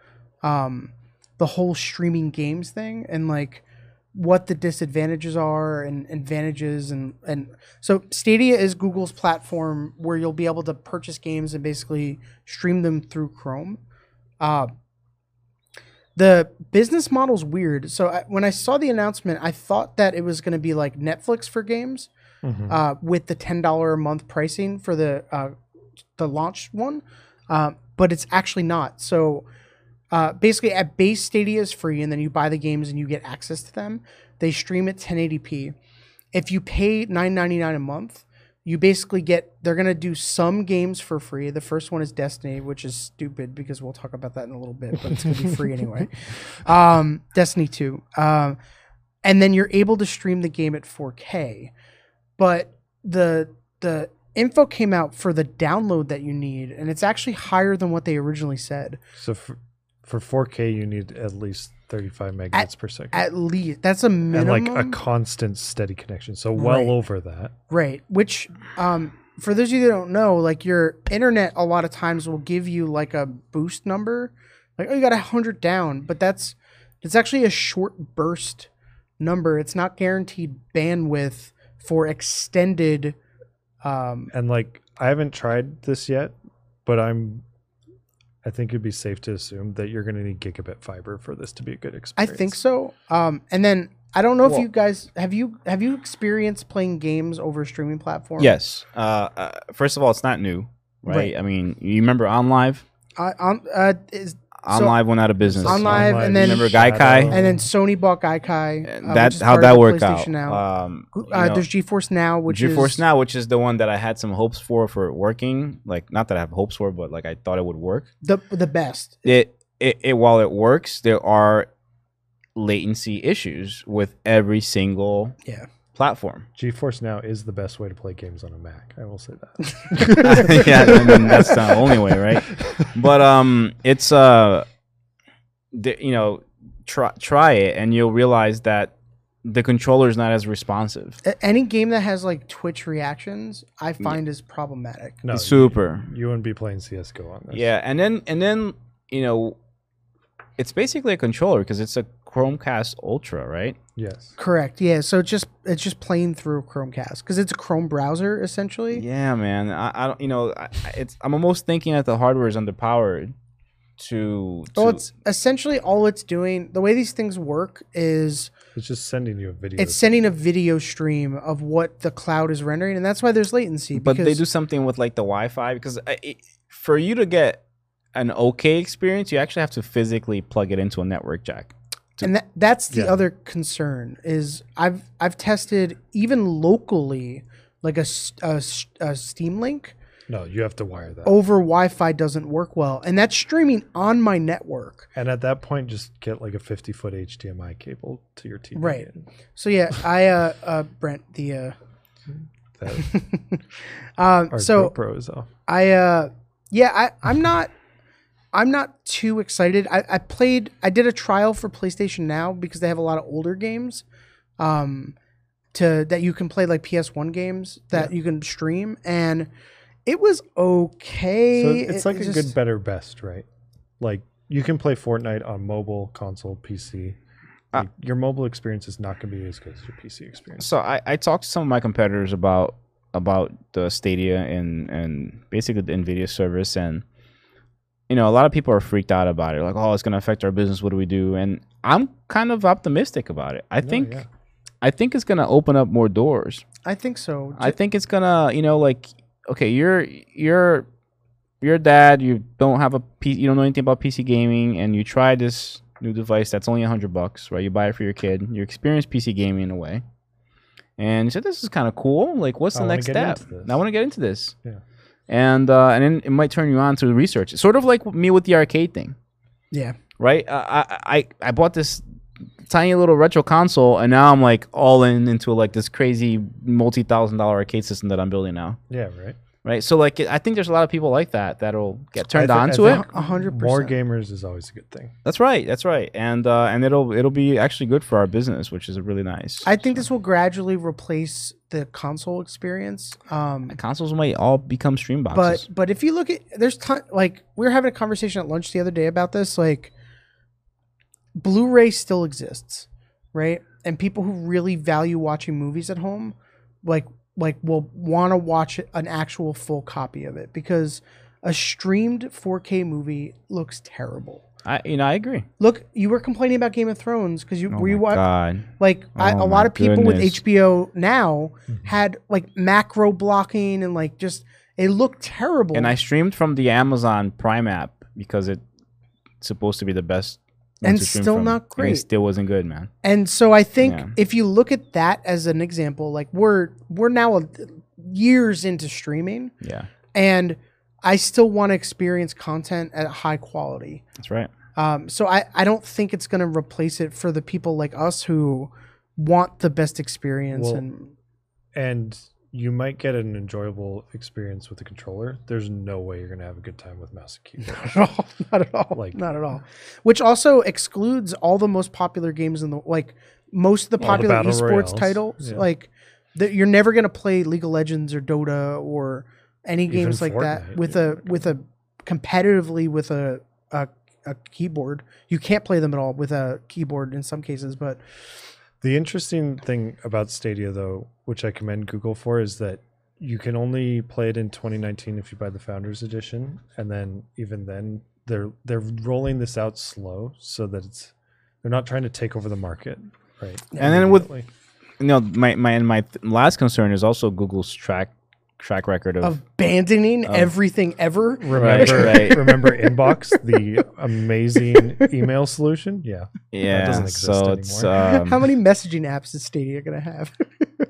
Speaker 3: um, the whole streaming games thing and like what the disadvantages are and advantages and and so Stadia is Google's platform where you'll be able to purchase games and basically stream them through Chrome. Uh, the business model's weird. So I, when I saw the announcement, I thought that it was going to be like Netflix for games,
Speaker 2: Mhm.
Speaker 3: uh, with the ten dollar a month pricing for the uh, the launch one, uh, but it's actually not. So uh, basically, at base Stadia is free, and then you buy the games and you get access to them. They stream at 1080p. If you pay 9.99 a month, you basically get. They're gonna do some games for free. The first one is Destiny, which is stupid because we'll talk about that in a little bit, but it's gonna be free anyway. Um, Destiny 2. Um, and then you're able to stream the game at 4K. But the the info came out for the download that you need, and it's actually higher than what they originally said.
Speaker 2: So for, for 4K, you need at least 35 megabits per second,
Speaker 3: At least that's a
Speaker 2: and
Speaker 3: minimum,
Speaker 2: like a constant steady connection. So well
Speaker 3: Right.
Speaker 2: over that.
Speaker 3: right? Which, um, for those of you that don't know, like your internet, a lot of times will give you like a boost number, like oh you got a hundred down, but that's it's actually a short burst number. It's not guaranteed bandwidth for extended. Um,
Speaker 2: and like I haven't tried this yet, but I'm I think it'd be safe to assume that you're going to need gigabit fiber for this to be a good
Speaker 3: I
Speaker 2: experience.
Speaker 3: think so. Um, and then I don't know if
Speaker 1: Well-
Speaker 3: you guys have you have you experienced playing games over a streaming platform?
Speaker 1: yes. Uh, uh, first of all, it's not new, right?
Speaker 3: Right.
Speaker 1: I mean, you remember OnLive?
Speaker 3: I, on uh, is, So-
Speaker 1: OnLive went out of business.
Speaker 3: On Live and then-
Speaker 1: Remember Gaikai?
Speaker 2: Shadow.
Speaker 3: and then Sony bought Gaikai. uh,
Speaker 1: And
Speaker 3: which
Speaker 1: that
Speaker 3: is
Speaker 1: how'd
Speaker 3: part of
Speaker 1: that
Speaker 3: the
Speaker 1: work out?
Speaker 3: PlayStation Now.
Speaker 1: Um,
Speaker 3: Go-
Speaker 1: you
Speaker 3: uh,
Speaker 1: know,
Speaker 3: there's GeForce Now, which
Speaker 1: GeForce
Speaker 3: is
Speaker 1: Now, which is the one that I had some hopes for for working. Like, not that I have hopes for, but like I thought it would work.
Speaker 3: the the best.
Speaker 1: It it, it while it works, there are latency issues with every single
Speaker 3: Yeah.
Speaker 1: platform. [laughs]
Speaker 3: [laughs]
Speaker 2: GeForce Now is the best way to play games on a Mac. I will say
Speaker 3: [laughs]
Speaker 2: that.
Speaker 1: yeah, I mean, that's the only way, right? But um, it's uh, the, you know, try try it, and you'll realize that the controller is not as responsive.
Speaker 3: A- Any game that has like Twitch reactions, I
Speaker 1: Mm.
Speaker 3: find is problematic.
Speaker 2: No,
Speaker 1: Super.
Speaker 2: You, you wouldn't be playing CS:GO on this.
Speaker 1: Yeah, and then and then you know, it's basically a controller because it's a Chromecast Ultra, right?
Speaker 2: Yes.
Speaker 3: Correct. Yeah. So it's just it's just playing through Chromecast because it's a Chrome browser essentially.
Speaker 1: Yeah, man. I, I don't, you know, I, I- it's I'm almost thinking that the hardware is underpowered. To, to
Speaker 3: So it's essentially all it's doing. The way these things work is
Speaker 2: It's just sending you a video.
Speaker 3: it's sending a video stream of what the cloud is rendering, and that's why there's latency.
Speaker 1: but they
Speaker 3: because-
Speaker 1: do something with like the Wi-Fi because I- it, for you to get an okay experience, you actually have to physically plug it into a network jack.
Speaker 3: and that, that's the
Speaker 2: Yeah.
Speaker 3: other concern is I've I've tested even locally like a, s- a s- a Steam Link
Speaker 2: no, you have to wire that.
Speaker 3: over Wi-Fi doesn't work well, and that's streaming on my network.
Speaker 2: And at that point, just get like a 50 foot HDMI cable to your TV.
Speaker 3: Right.
Speaker 2: and
Speaker 3: So yeah, I uh, uh Brent the uh,
Speaker 2: That,
Speaker 3: um
Speaker 2: our
Speaker 3: so
Speaker 2: GoPro is off.
Speaker 3: I uh yeah, I I'm not I'm not too excited. I, I played I did a trial for PlayStation Now because they have a lot of older games um to that you can play like PS1 games that you can stream and it was okay.
Speaker 2: So it's
Speaker 3: It-
Speaker 2: like
Speaker 3: it
Speaker 2: a
Speaker 3: just-
Speaker 2: good, better, best, right? Like you can play Fortnite on mobile, console, PC.
Speaker 3: Uh,
Speaker 1: Ah.
Speaker 2: Like, your mobile experience is not going to be as good as your PC experience.
Speaker 1: So I, I talked to some of my competitors about about the Stadia and and basically the Nvidia service, and you know a lot of people are freaked out about it, like oh it's going to affect our business, what do we do? And I'm kind of optimistic about it. I
Speaker 2: No,
Speaker 1: think
Speaker 2: yeah.
Speaker 1: I think it's going to open up more doors.
Speaker 3: I think so.
Speaker 1: I think it's gonna, you know, like okay, you're you're you're dad, you don't have a P, you don't know anything about PC gaming, and you try this new device that's only a hundred bucks, right? You buy it for your kid, you experience PC gaming in a way, and you said this is kind of cool. Like, what's
Speaker 2: I
Speaker 1: the
Speaker 2: wanna
Speaker 1: next
Speaker 2: get
Speaker 1: step?
Speaker 2: into this.
Speaker 1: I want to get into this.
Speaker 2: Yeah.
Speaker 1: And uh, and then it might turn you on to research. It's sort of like me with the arcade thing
Speaker 3: yeah.
Speaker 1: right? I, I I- I bought this tiny little retro console, and now I'm like all in into like this crazy multi thousand dollar arcade system that I'm building now,
Speaker 2: Yeah, right.
Speaker 1: right? So like, I think there's a lot of people like that that'll get turned
Speaker 2: I thi-
Speaker 1: on
Speaker 2: I
Speaker 1: to it.
Speaker 2: think
Speaker 3: A hundred
Speaker 2: More
Speaker 3: percent.
Speaker 2: gamers is always a good thing.
Speaker 1: That's right, that's right, and uh, and it'll it'll be actually good for our business, which is really nice.
Speaker 3: I think this will gradually replace the console experience. Um
Speaker 1: Consoles might all become stream boxes.
Speaker 3: but but if you look at there's ton, like we were having a conversation at lunch the other day about this like blu-ray still exists right and people who really value watching movies at home like like will want to watch an actual full copy of it because a streamed 4k movie looks terrible
Speaker 1: I you know I agree.
Speaker 3: look you were complaining about game of thrones because you
Speaker 1: Oh
Speaker 3: were you
Speaker 1: my
Speaker 3: wa-
Speaker 1: God.
Speaker 3: like I,
Speaker 1: Oh
Speaker 3: a
Speaker 1: my
Speaker 3: lot of people
Speaker 1: goodness. Mm-hmm.
Speaker 3: with HBO now
Speaker 2: Mhm.
Speaker 3: had like macro blocking and like just it looked terrible.
Speaker 1: And I streamed from the Amazon Prime app because it's supposed to be the best. one
Speaker 3: And
Speaker 1: to stream
Speaker 3: still
Speaker 1: from.
Speaker 3: not
Speaker 1: And
Speaker 3: great.
Speaker 1: it still wasn't good, man.
Speaker 3: And so I think
Speaker 1: Yeah.
Speaker 3: if you look at that as an example, like we're we're now a, years into streaming,
Speaker 1: Yeah,
Speaker 3: and I still want to experience content at high quality.
Speaker 1: that's right.
Speaker 3: Um, so I I don't think it's going to replace it for the people like us who want the best experience.
Speaker 2: Well,
Speaker 3: and
Speaker 2: And you might get an enjoyable experience with the controller. There's no way you're going to have a good time with mouse and keyboard.
Speaker 3: [laughs] not at all, not at all,
Speaker 2: like-
Speaker 3: not at all. Which also excludes all the most popular games in the like most of the
Speaker 2: All the
Speaker 3: popular
Speaker 2: battle
Speaker 3: esports
Speaker 2: royales,
Speaker 3: titles.
Speaker 2: yeah.
Speaker 3: Like the, you're never gonna play League of Legends or Dota or any
Speaker 2: Even
Speaker 3: games like that
Speaker 2: Fortnite,
Speaker 3: with
Speaker 2: yeah.
Speaker 3: a with a competitively with a, a a keyboard. You can't play them at all with a keyboard in some cases, but
Speaker 2: The interesting thing about Stadia, though, which I commend Google for, is that you can only play it in 2019 if you buy the Founders Edition, and then even then, they're they're rolling this out slow so that it's they're not trying to take over the market, right?
Speaker 1: And then with
Speaker 2: Immediately.
Speaker 1: No, my my and my th- last concern is also Google's track track record of,
Speaker 3: abandoning
Speaker 2: Um,
Speaker 3: everything ever.
Speaker 1: Right,
Speaker 2: remember
Speaker 1: right.
Speaker 2: [laughs] remember Inbox, the amazing email solution, yeah,
Speaker 1: yeah.
Speaker 2: doesn't exist
Speaker 1: so it's
Speaker 3: [laughs] How
Speaker 1: um,
Speaker 3: many messaging apps is Stadia gonna have?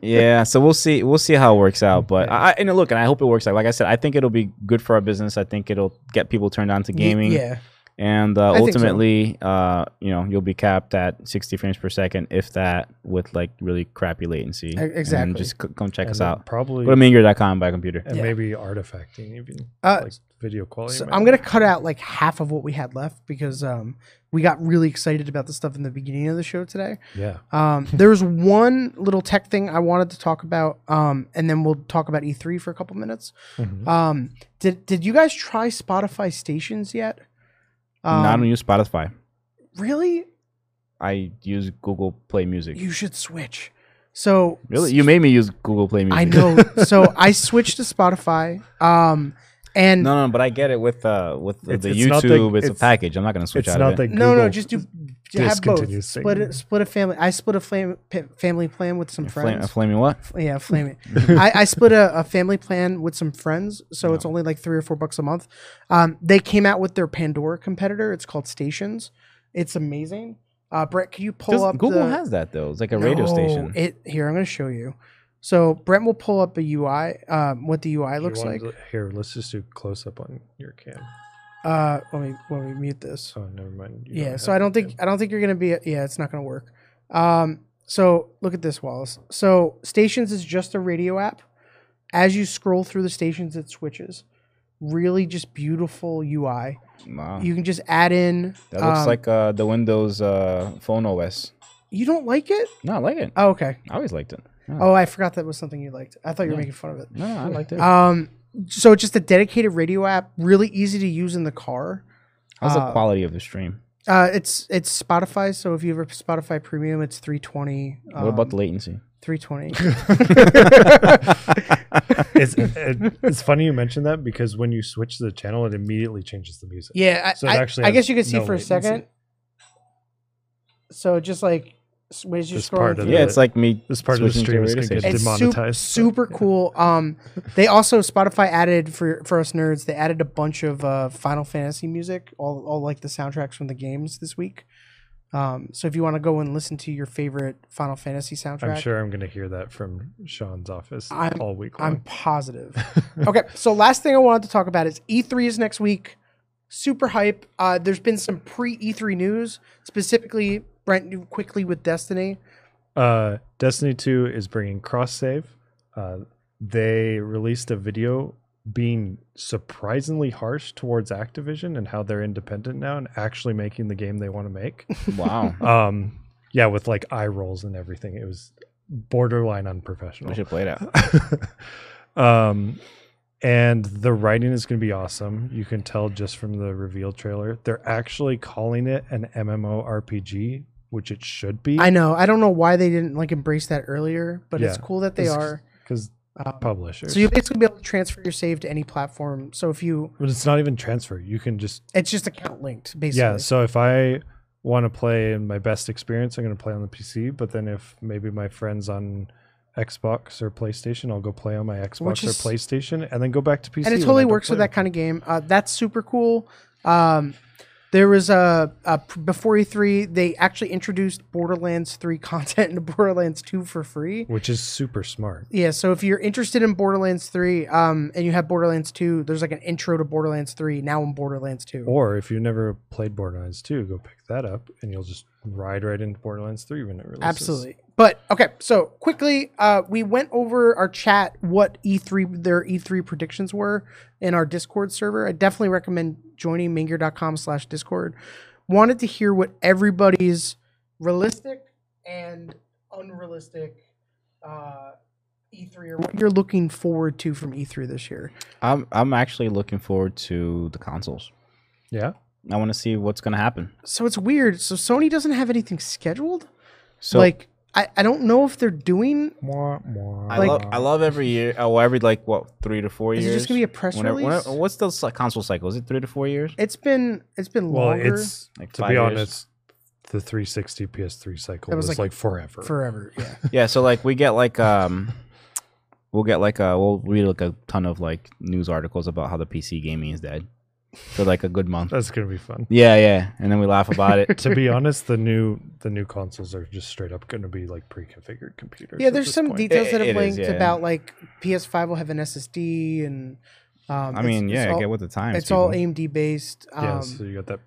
Speaker 1: yeah. So we'll see we'll see how it works out. But I, I and look, and I hope it works out. Like I said, I think it'll be good for our business. I think it'll get people turned on to gaming.
Speaker 3: [laughs] yeah.
Speaker 1: And uh,
Speaker 3: I think so.
Speaker 1: ultimately, uh, you know, you'll be capped at 60 frames per second, if that, with like really crappy latency.
Speaker 3: E- exactly.
Speaker 1: And just c- come check
Speaker 2: and
Speaker 1: us
Speaker 2: then
Speaker 1: out.
Speaker 2: probably
Speaker 1: Go to minger.com by computer.
Speaker 2: and
Speaker 3: Yeah.
Speaker 2: maybe artifacting even
Speaker 3: Uh,
Speaker 2: like video quality.
Speaker 3: So
Speaker 2: might
Speaker 3: I'm
Speaker 2: not-
Speaker 3: gonna cut out like half of what we had left because um, we got really excited about the stuff in the beginning of the show today.
Speaker 2: Yeah.
Speaker 3: Um,
Speaker 1: [laughs]
Speaker 3: there was one little tech thing I wanted to talk about, um, and then we'll talk about E3 for a couple minutes.
Speaker 1: Mm-hmm.
Speaker 2: Mhm.
Speaker 3: Um, did did you guys try Spotify Stations yet? Um,
Speaker 1: Not on use Spotify.
Speaker 3: really.
Speaker 1: I use Google Play Music.
Speaker 3: You should switch. So
Speaker 1: really? You made me use Google Play Music.
Speaker 3: I know.
Speaker 1: [laughs]
Speaker 3: so I switched to Spotify. Um, and
Speaker 1: No, no, but I get it with uh with the,
Speaker 2: It's-
Speaker 1: the
Speaker 2: it's not the-
Speaker 1: YouTube. it's,
Speaker 2: it's-
Speaker 1: a package. I'm not gonna switch
Speaker 2: It's
Speaker 1: out
Speaker 2: not
Speaker 1: of it.
Speaker 2: that
Speaker 3: no, no,
Speaker 2: Google-
Speaker 3: just do j- have both.
Speaker 2: discontinues thing.
Speaker 3: Split a, split a family. I split a flam, p- family plan with some
Speaker 1: Flame,
Speaker 3: friends.
Speaker 1: a flaming what?
Speaker 3: yeah, flame
Speaker 1: [laughs]
Speaker 3: it. I, I split a, a family plan with some friends, so it's only like three or four bucks a month. Um, they came out with their Pandora competitor. It's called Stations. It's amazing. Uh, Brett, can you pull
Speaker 1: Does-
Speaker 3: up
Speaker 1: Google
Speaker 3: the-
Speaker 1: has that though. It's like a radio
Speaker 3: No,
Speaker 1: station.
Speaker 3: It here. I'm going to show you. So Brent will pull up a UI. Um, what the UI looks
Speaker 2: You
Speaker 3: like.
Speaker 2: wanted to- here, let's just do close up on your cam.
Speaker 3: Uh, let me let me mute this.
Speaker 2: Oh, never mind. you
Speaker 3: yeah
Speaker 2: don't
Speaker 3: so
Speaker 2: have
Speaker 3: i
Speaker 2: your
Speaker 3: don't think
Speaker 2: cam.
Speaker 3: i don't think you're gonna be yeah it's not gonna work um so look at this wallace so stations is just a radio app as you scroll through the stations it switches really just beautiful ui
Speaker 1: Wow.
Speaker 3: you can just add in
Speaker 1: that looks
Speaker 3: um,
Speaker 1: like uh the Windows uh phone OS.
Speaker 3: you don't like it
Speaker 1: No, I like it.
Speaker 3: oh okay
Speaker 1: I always liked it. Yeah.
Speaker 3: oh i forgot that was something you liked i thought you were
Speaker 1: Yeah.
Speaker 3: making fun of it
Speaker 1: No, I liked it.
Speaker 3: um so just a dedicated radio app really easy to use in the car
Speaker 1: How's the
Speaker 3: uh,
Speaker 1: quality of the stream?
Speaker 3: uh it's it's spotify so if you have a spotify premium it's 320 um,
Speaker 1: what about the
Speaker 3: [laughs]
Speaker 1: latency? [laughs]
Speaker 3: 320
Speaker 2: [laughs] it's,
Speaker 3: [laughs]
Speaker 2: it, it's funny you mentioned that because when you switch the channel, it immediately changes the music.
Speaker 3: Yeah, I,
Speaker 2: So it
Speaker 3: I-
Speaker 2: actually
Speaker 3: I
Speaker 2: has
Speaker 3: guess you can see
Speaker 2: no
Speaker 3: for a
Speaker 2: latency.
Speaker 3: second. So just like s- as you're
Speaker 2: This
Speaker 3: scrolling,
Speaker 2: part of
Speaker 3: through,
Speaker 1: yeah, it's like
Speaker 3: [laughs]
Speaker 1: me.
Speaker 2: This part of the
Speaker 1: switching to a
Speaker 2: stream is
Speaker 1: radio
Speaker 2: gonna get
Speaker 1: station.
Speaker 3: it's sup-
Speaker 2: demonetized, so,
Speaker 3: super
Speaker 2: yeah.
Speaker 3: cool. Um, they also Spotify added for for us nerds. They added a bunch of uh, Final Fantasy music, all all like the soundtracks from the games this week. Um, so if you want to go and listen to your favorite Final Fantasy soundtrack,
Speaker 2: I'm sure I'm going to hear that from Sean's office
Speaker 3: I'm-
Speaker 2: all week long.
Speaker 3: I'm positive. [laughs] okay, so last thing I wanted to talk about is E3 is next week. Super hype. Uh, there's been some pre E3 news, specifically Brent knew quickly with Destiny.
Speaker 2: uh, Destiny 2 is bringing cross save. Uh, they released a video being surprisingly harsh towards Activision and how they're independent now and actually making the game they want to make.
Speaker 1: Wow.
Speaker 2: um, yeah, with like eye rolls and everything. It was borderline unprofessional.
Speaker 1: we should play that.
Speaker 2: [laughs] um, and the writing is going to be awesome. You can tell just from the reveal trailer. They're actually calling it an MMORPG, which it should be.
Speaker 3: I know. I don't know why they didn't like embrace that earlier, but it's
Speaker 2: Yeah.
Speaker 3: cool that they
Speaker 2: It's-
Speaker 3: are.
Speaker 2: because
Speaker 3: Um,
Speaker 2: publishers.
Speaker 3: so you basically be able to transfer your save to any platform. So if you,
Speaker 2: but it's not even transfer. You can just
Speaker 3: it's just account linked, basically.
Speaker 2: yeah. So if I want to play in my best experience, I'm going to play on the PC. But then if maybe my friends on Xbox or PlayStation, I'll go play on my Xbox
Speaker 3: is-
Speaker 2: or PlayStation, and then go back to PC.
Speaker 3: and it totally works with that kind of game. Uh, that's super cool. Um, there was a, a before E3, they actually introduced Borderlands 3 [laughs] content into Borderlands 2 for free.
Speaker 2: of which is super smart.
Speaker 3: Yeah, so if you're interested in Borderlands 3 um, and you have Borderlands 2, there's like an intro to Borderlands 3 now in Borderlands 2.
Speaker 2: Or if you've never played Borderlands 2, go pick that up and you'll just ride right into Borderlands 3 when it releases.
Speaker 3: Absolutely. But okay, so quickly, uh, we went over our chat what E3 their E3 predictions were in our Discord server. I definitely recommend joining manger.com slash Discord. Wanted to hear what everybody's realistic and unrealistic uh, E3 or what you're looking forward to from E3 this year.
Speaker 1: I'm I'm actually looking forward to the consoles.
Speaker 2: Yeah.
Speaker 1: I want to see what's gonna happen.
Speaker 3: So it's weird. So Sony doesn't have anything scheduled.
Speaker 1: So
Speaker 3: like I, I don't know if they're doing
Speaker 2: Mwah, mwah,
Speaker 1: I
Speaker 3: like-
Speaker 1: love I love every year. Oh, every like what three to four
Speaker 3: is
Speaker 1: years.
Speaker 3: it just gonna be a press
Speaker 1: Whenever-
Speaker 3: release?
Speaker 1: whenever- what's the cy- console cycle? Is it three to four years?
Speaker 3: it's been it's been
Speaker 2: Well,
Speaker 3: longer
Speaker 2: it's
Speaker 1: Like
Speaker 2: to
Speaker 1: five
Speaker 2: be
Speaker 1: years?
Speaker 2: honest, the 360 PS3 cycle
Speaker 3: That was
Speaker 2: was,
Speaker 3: like
Speaker 2: like, forever.
Speaker 3: forever.
Speaker 2: [laughs]
Speaker 3: Yeah.
Speaker 1: Yeah. So like we get like um, we'll get like uh we'll read like a ton of like news articles about how the PC gaming is dead for like a good month.
Speaker 2: That's going to be
Speaker 3: [laughs]
Speaker 2: fun.
Speaker 1: Yeah, yeah, and then we laugh about it.
Speaker 2: to be honest, the new the new consoles are just straight up going to be like pre-configured computers.
Speaker 3: yeah,
Speaker 2: at
Speaker 3: there's
Speaker 2: this
Speaker 3: some
Speaker 2: point.
Speaker 3: details that
Speaker 1: It-
Speaker 3: have
Speaker 1: it is,
Speaker 3: linked
Speaker 1: yeah.
Speaker 3: about like PS5 will have an SSD and um
Speaker 1: I
Speaker 3: it's-
Speaker 1: mean,
Speaker 3: it's
Speaker 1: yeah,
Speaker 3: all,
Speaker 1: get with the times.
Speaker 3: it's all
Speaker 1: people.
Speaker 3: AMD based. Um,
Speaker 2: yeah, so you got that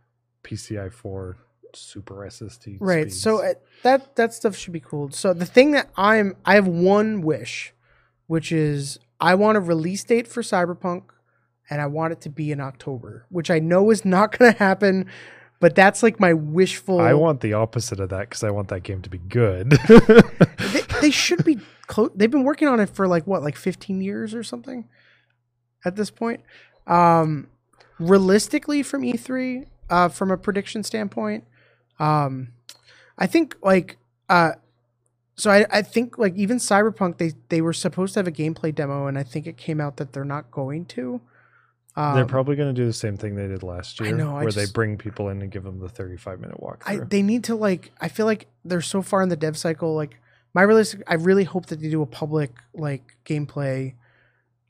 Speaker 2: PCI 4 super SSD.
Speaker 3: right. So
Speaker 2: speeds.
Speaker 3: uh, that that stuff should be cool. So the thing that I'm I have one wish, which is I want a release date for Cyberpunk and I want it to be in October, which I know is not [laughs] going to happen. But that's like my wishful.
Speaker 2: I want the opposite of that because I want that game to be
Speaker 3: [laughs]
Speaker 2: good.
Speaker 3: they, they should be close. They've been working on it for like what, like 15 years or something at this point. Um, realistically, from E3, uh, from a prediction standpoint, um, I think like uh, so I, I think like even Cyberpunk they they were supposed to have a gameplay demo and I think it came out that they're not going to. Um,
Speaker 2: They're probably going to do the same thing they did last
Speaker 3: I
Speaker 2: year,
Speaker 3: know, I
Speaker 2: where they
Speaker 3: just-
Speaker 2: bring people in and give them the 35 minute
Speaker 3: I,
Speaker 2: walkthrough.
Speaker 3: they need to like I feel like they're so far in the dev cycle like my realistic I really hope that they do a public like gameplay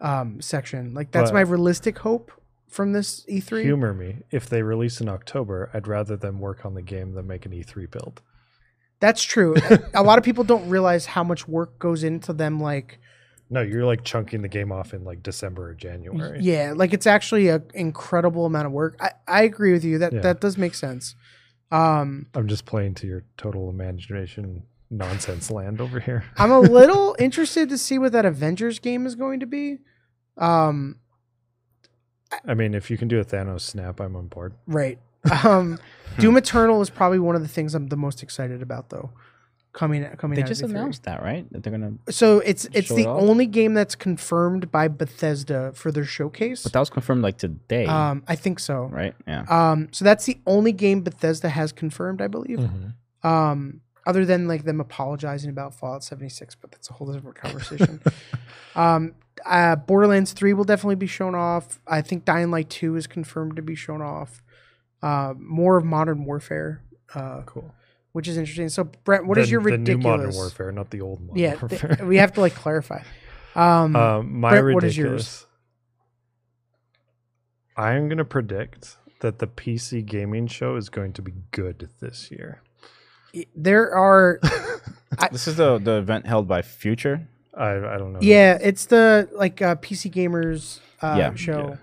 Speaker 3: um section like that's
Speaker 2: But-
Speaker 3: my realistic hope from this E E3
Speaker 2: Humor me. If they release in October, I'd rather them work on the game than make an E3
Speaker 3: [laughs]
Speaker 2: build.
Speaker 3: that's true a lot of people don't realize how much work goes into them like
Speaker 2: No, you're like chunking the game off in like December or January.
Speaker 3: Yeah, like it's actually an incredible amount of work. I, I agree with you. That
Speaker 2: Yeah.
Speaker 3: that does make sense. Um,
Speaker 2: I'm just playing to your total imagination nonsense land over here.
Speaker 3: I'm a little [laughs] interested to see what that Avengers game is going to be. Um,
Speaker 2: I mean, if you can do a Thanos snap, I'm on board.
Speaker 3: right.
Speaker 1: [laughs]
Speaker 3: Um, Doom Eternal is probably one of the things I'm the most excited about, though. Coming coming.
Speaker 1: They
Speaker 3: out of
Speaker 1: just
Speaker 3: E3.
Speaker 1: announced that, right? That they're gonna.
Speaker 3: So it's it's
Speaker 1: Show it
Speaker 3: the
Speaker 1: off?
Speaker 3: only game that's confirmed by Bethesda for their showcase.
Speaker 1: But that was confirmed like today,
Speaker 3: Um, I think so.
Speaker 1: right? Yeah.
Speaker 3: Um, so that's the only game Bethesda has confirmed, I believe.
Speaker 1: Mm-hmm.
Speaker 3: um other than like them apologizing about Fallout 76, but that's a whole
Speaker 2: [laughs]
Speaker 3: different conversation. um uh Borderlands 3 will definitely be shown off. I think Dying Light 2 is confirmed to be shown off. Uh more of Modern Warfare uh
Speaker 2: Cool.
Speaker 3: which is interesting. So Brent, what is
Speaker 2: The-
Speaker 3: your
Speaker 2: the
Speaker 3: ridiculous
Speaker 2: new Modern Warfare, not the old Modern
Speaker 3: Yeah, th-
Speaker 2: Warfare?
Speaker 3: we have to like
Speaker 2: [laughs]
Speaker 3: clarify. Um
Speaker 2: Um, my
Speaker 3: Brett, what
Speaker 2: ridiculous.
Speaker 3: is yours?
Speaker 2: I am going to predict that the PC gaming show is going to be good this
Speaker 3: [laughs]
Speaker 2: year.
Speaker 3: y-
Speaker 2: [laughs]
Speaker 3: there are
Speaker 1: this is the the event held by Future.
Speaker 2: I, I don't know.
Speaker 3: yeah, it's the like uh PC gamers uh
Speaker 1: Yeah,
Speaker 3: show.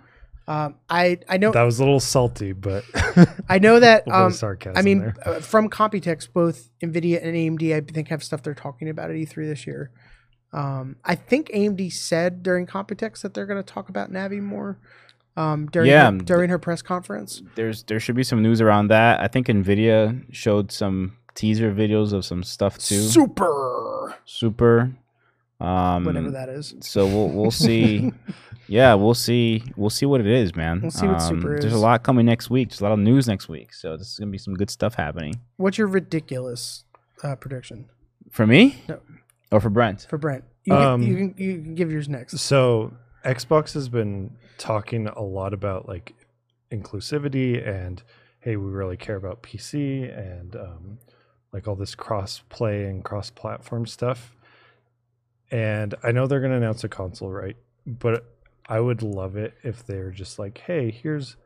Speaker 3: Um I I know
Speaker 2: That was a little salty, but [laughs]
Speaker 3: I know that um
Speaker 2: sarcasm.
Speaker 3: I mean,
Speaker 2: there.
Speaker 3: uh, from Computex, both NVIDIA and AMD, I think have stuff they're talking about at E3 this year. Um, I think AMD said during Computex that they're going to talk about Navi more um, during
Speaker 1: Yeah.
Speaker 3: her, during her press conference.
Speaker 1: There's there should be some news around that. I think Nvidia showed some teaser videos of some stuff too.
Speaker 3: Super,
Speaker 1: Super. Um,
Speaker 3: whatever that is.
Speaker 1: So we'll we'll see. yeah, we'll see. We'll see what it is, man. Um,
Speaker 3: We'll see what Super
Speaker 1: There's a
Speaker 3: is.
Speaker 1: lot coming next week. There's a lot of news next week. So this is gonna be some good stuff happening
Speaker 3: What's your ridiculous uh, prediction
Speaker 1: for me.
Speaker 3: No.
Speaker 1: Or for Brent.
Speaker 3: for Brent? You,
Speaker 2: Um,
Speaker 3: can, you can you can give yours next.
Speaker 2: So Xbox has been talking a lot about like inclusivity and hey, we really care about PC and um, like all this cross play and cross platform stuff. And I know they're going to announce a console, right? But I would love it if they're just like, hey, here's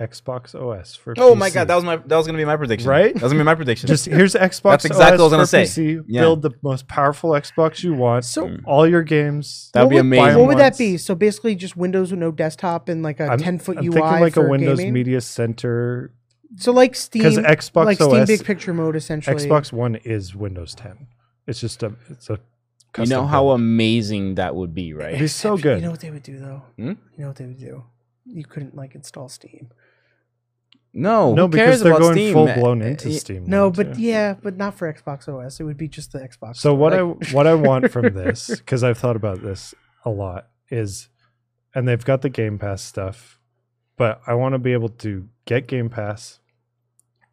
Speaker 2: Xbox OS for
Speaker 1: Oh my god,
Speaker 2: PC.
Speaker 1: that was my that was gonna be my prediction.
Speaker 2: Right?
Speaker 1: That was gonna be my prediction. [laughs]
Speaker 2: just here's Xbox.
Speaker 1: That's exactly
Speaker 2: OS
Speaker 1: what I was
Speaker 2: for
Speaker 1: gonna say.
Speaker 2: PC,
Speaker 1: Yeah.
Speaker 2: Build the most powerful Xbox you want.
Speaker 3: So-
Speaker 1: Hmm.
Speaker 2: all your games.
Speaker 1: That would be
Speaker 3: what would,
Speaker 1: amazing.
Speaker 2: buy 'em
Speaker 3: What would that
Speaker 2: once.
Speaker 3: be? So basically, just Windows with no desktop and like a
Speaker 2: I'm-
Speaker 3: ten foot
Speaker 2: I'm
Speaker 3: UI
Speaker 2: thinking like
Speaker 3: for
Speaker 2: a Windows
Speaker 3: gaming.
Speaker 2: Media Center
Speaker 3: So like
Speaker 2: because
Speaker 3: Steam,
Speaker 2: Xbox
Speaker 3: like Steam
Speaker 2: OS,
Speaker 3: Big Picture mode essentially.
Speaker 2: Xbox One is Windows 10. It's just a it's a.
Speaker 1: you
Speaker 2: Custom
Speaker 1: know how
Speaker 2: build.
Speaker 1: amazing that would be, right?
Speaker 2: It'd be so
Speaker 3: Actually,
Speaker 2: good.
Speaker 3: You know what they would do though?
Speaker 1: Hmm?
Speaker 3: You know what they would do? You couldn't like install Steam.
Speaker 1: No,
Speaker 2: no,
Speaker 1: who cares
Speaker 2: because they're
Speaker 1: about
Speaker 2: going
Speaker 1: Steam?
Speaker 2: full blown into
Speaker 1: Uh,
Speaker 2: Steam.
Speaker 3: No,
Speaker 2: now,
Speaker 3: but
Speaker 2: too.
Speaker 3: yeah, but not for Xbox OS. It would be just the Xbox.
Speaker 2: So what
Speaker 3: Like,
Speaker 2: I what I want from this because I've thought about this a lot is, and they've got the Game Pass stuff, but I want to be able to get Game Pass,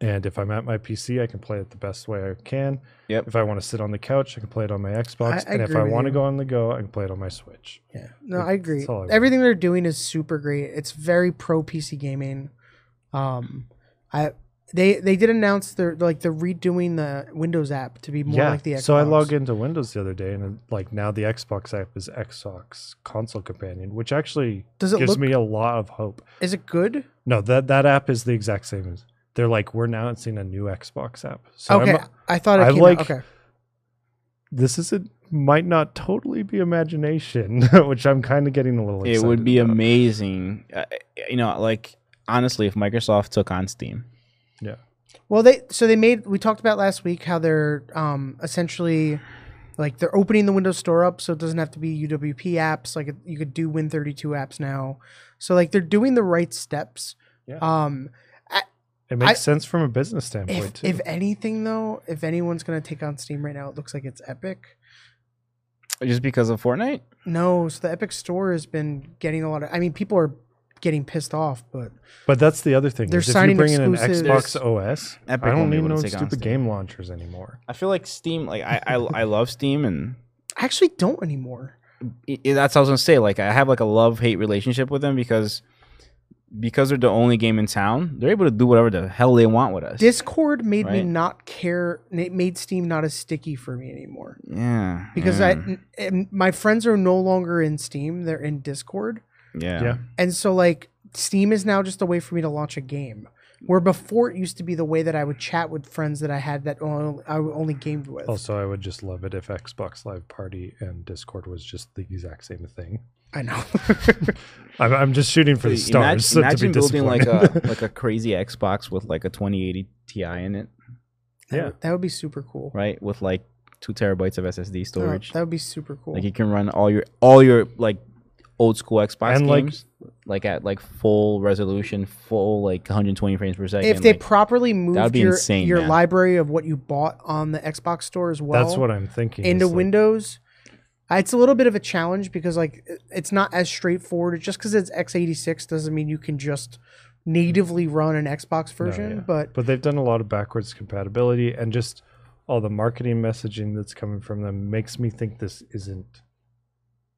Speaker 2: and if I'm at my PC, I can play it the best way I can.
Speaker 1: Yep.
Speaker 2: If I want to sit on the couch, I can play it on my Xbox,
Speaker 3: I
Speaker 2: and if
Speaker 3: agree
Speaker 2: I
Speaker 3: with
Speaker 2: want to
Speaker 3: you.
Speaker 2: go on the go, I can play it on my Switch.
Speaker 3: yeah. No, I agree.
Speaker 2: That's all I want.
Speaker 3: Everything they're doing is super great. It's very pro PC gaming. Um, I they they did announce they're like they're redoing the Windows app to be more
Speaker 2: yeah.
Speaker 3: like the Xbox.
Speaker 2: so I log into Windows the other day, and then, like now the Xbox app is Xbox Console Companion, which actually
Speaker 3: Does it
Speaker 2: gives
Speaker 3: look?
Speaker 2: me a lot of hope.
Speaker 3: is it good?
Speaker 2: No, that that app is the exact same as. They're like we're now seeing a new Xbox app. So
Speaker 3: okay,
Speaker 2: I'm,
Speaker 3: i thought it
Speaker 2: I'm
Speaker 3: came
Speaker 2: like-
Speaker 3: out. Okay,
Speaker 2: this isn't might not totally be imagination, [laughs] which I'm kind of getting a little.
Speaker 1: It would
Speaker 2: excited
Speaker 1: be
Speaker 2: about.
Speaker 1: amazing. Uh, you know, like honestly, if Microsoft took on Steam,
Speaker 3: Well, they so they made we talked about last week how they're um essentially like they're opening the Windows Store up, so it doesn't have to be UWP apps. Like you could do Win32 apps now, so like they're doing the right steps.
Speaker 2: Yeah.
Speaker 3: Um,
Speaker 2: It makes
Speaker 3: I-
Speaker 2: sense from a business standpoint
Speaker 3: if,
Speaker 2: too.
Speaker 3: if anything though, if anyone's gonna take on Steam right now, it looks like it's Epic.
Speaker 1: Just because of Fortnite?
Speaker 3: No, so the Epic Store has been getting a lot of. I mean, people are getting pissed off, but
Speaker 2: but that's the other thing.
Speaker 3: They're
Speaker 2: is if you
Speaker 3: signing
Speaker 2: bring in an
Speaker 3: exclusives.
Speaker 2: Xbox OS,
Speaker 1: Epic
Speaker 2: I
Speaker 1: won't
Speaker 2: don't
Speaker 1: be
Speaker 2: even
Speaker 1: able
Speaker 2: know
Speaker 1: to take on
Speaker 2: stupid
Speaker 1: Steam.
Speaker 2: game launchers anymore.
Speaker 1: I feel like Steam. Like I, I,
Speaker 2: [laughs]
Speaker 1: I love Steam, and
Speaker 3: I actually don't anymore.
Speaker 1: i i- that's what I was gonna say. Like I have like a love hate relationship with them because because they're the only game in town. They're able to do whatever the hell they want with us.
Speaker 3: Discord made me
Speaker 1: Right.
Speaker 3: not care. It made Steam not as sticky for me anymore
Speaker 1: yeah,
Speaker 3: because
Speaker 1: yeah,
Speaker 3: I n- n- my friends are no longer in Steam; they're in Discord,
Speaker 1: yeah.
Speaker 2: Yeah.
Speaker 3: and so like Steam is now just a way for me to launch a game. Where before it used to be the way that I would chat with friends that I had that only, I only gamed with.
Speaker 1: Oh,
Speaker 2: Also, I would just love it if Xbox Live Party and Discord was just the exact same thing. [laughs]
Speaker 1: [laughs]
Speaker 3: I know.
Speaker 2: I'm, I'm just shooting for the
Speaker 1: Dude,
Speaker 2: stars. [laughs] so
Speaker 1: Imagine, imagine
Speaker 2: to be
Speaker 1: building like a [laughs]
Speaker 2: disappointed.
Speaker 1: like a crazy Xbox with like a 2080 Ti in it,
Speaker 3: That
Speaker 2: Yeah.
Speaker 3: would- that would be super cool.
Speaker 1: right? With like two terabytes of SSD
Speaker 3: No,
Speaker 1: storage.
Speaker 3: that would be super cool.
Speaker 1: like you can run all your all your like old school Xbox
Speaker 2: And, like-
Speaker 1: games like, at like full resolution, full like 120 frames per second.
Speaker 3: if they
Speaker 1: like,
Speaker 3: properly moved
Speaker 1: be
Speaker 3: your,
Speaker 1: insane,
Speaker 3: your
Speaker 1: man.
Speaker 3: library of what you bought on the Xbox store as well
Speaker 2: That's what I'm thinking.
Speaker 3: into
Speaker 2: is like,
Speaker 3: Windows, uh, it's a little bit of a challenge because like it- it's not as straightforward. Just because it's x86 doesn't mean you can just natively run an Xbox
Speaker 2: no,
Speaker 3: version.
Speaker 2: yeah.
Speaker 3: But
Speaker 2: but they've done a lot of backwards compatibility and just all the marketing messaging that's coming from them makes me think this isn't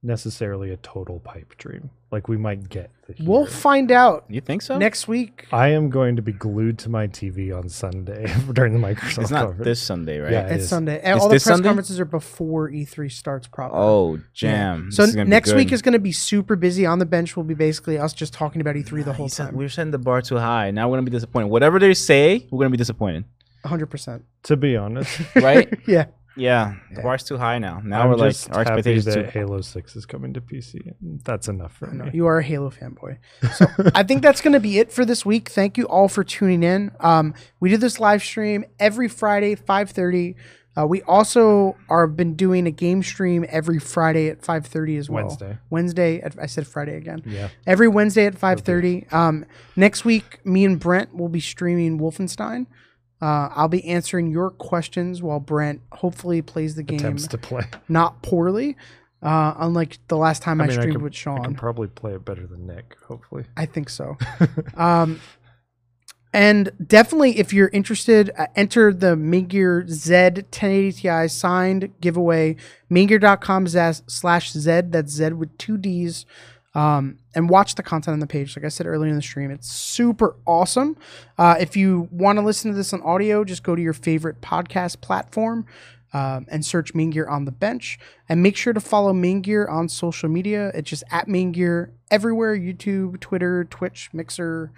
Speaker 2: necessarily a total pipe dream. Like we might get. The heat.
Speaker 3: we'll find out
Speaker 1: you think so?
Speaker 3: next week.
Speaker 2: I am going to be glued to my TV on Sunday [laughs] during the Microsoft.
Speaker 1: it's not
Speaker 2: conference.
Speaker 1: this Sunday, right?
Speaker 2: Yeah. it
Speaker 3: It's
Speaker 2: is.
Speaker 3: Sunday. And
Speaker 1: Is
Speaker 3: All the press
Speaker 1: this Sunday?
Speaker 3: conferences are before E3 starts. Probably.
Speaker 1: Oh, jam.
Speaker 3: So
Speaker 1: This is gonna be
Speaker 3: next week
Speaker 1: good.
Speaker 3: is going to be super busy. On the bench will be basically us just talking about E3 the
Speaker 1: Nah,
Speaker 3: whole
Speaker 1: he said-
Speaker 3: time.
Speaker 1: We're setting the bar too high. Now we're gonna be disappointed. Whatever they say, we're gonna be disappointed,
Speaker 3: 100%.
Speaker 2: To be honest,
Speaker 3: [laughs]
Speaker 1: right?
Speaker 3: Yeah.
Speaker 1: yeah, the bar's too high now. Now
Speaker 2: I'm
Speaker 1: we're like
Speaker 2: just
Speaker 1: [laughs] our
Speaker 2: happy
Speaker 1: expectations
Speaker 2: that
Speaker 1: too.
Speaker 2: Halo Six is coming to PC. That's enough for
Speaker 3: I know
Speaker 2: me.
Speaker 3: you are a Halo fanboy. So I think that's going to be it for this week. Thank you all for tuning in. Um, we do this live stream every Friday, five thirty. Uh, we also are been doing a game stream every Friday at five thirty as well.
Speaker 2: Wednesday.
Speaker 3: Wednesday. at- I said Friday again.
Speaker 2: Yeah.
Speaker 3: Every Wednesday at five thirty. Um, next week, me and Brent will be streaming Wolfenstein. Uh, I'll be answering your questions while Brent hopefully plays the game
Speaker 2: Attempts to play.
Speaker 3: not poorly. Uh, unlike the last time I,
Speaker 2: mean, I
Speaker 3: streamed
Speaker 2: could-
Speaker 3: with
Speaker 2: I
Speaker 3: Sean.
Speaker 2: can probably play it better than Nick. Hopefully.
Speaker 3: I think so. um, and definitely, if you're interested, uh, enter the Mingear Z 1080 Ti signed giveaway, mingear.com zas- slash Z. That's Z with two Ds. Um, and watch the content on the page. Like I said earlier in the stream, it's super awesome. Uh, if you want to listen to this on audio, just go to your favorite podcast platform um, and search Mean Gear on the bench. And make sure to follow Mean Gear on social media. It's just at Mean Gear everywhere YouTube, Twitter, Twitch, Mixer,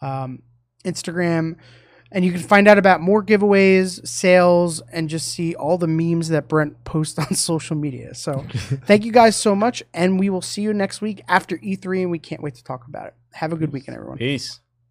Speaker 3: um, Instagram. And you can find out about more giveaways, sales, and just see all the memes that Brent [laughs] posts on social media. So thank you guys so E much. And we will see you next week after E3. And we can't wait to talk about it. Have a good weekend, everyone.
Speaker 1: Peace.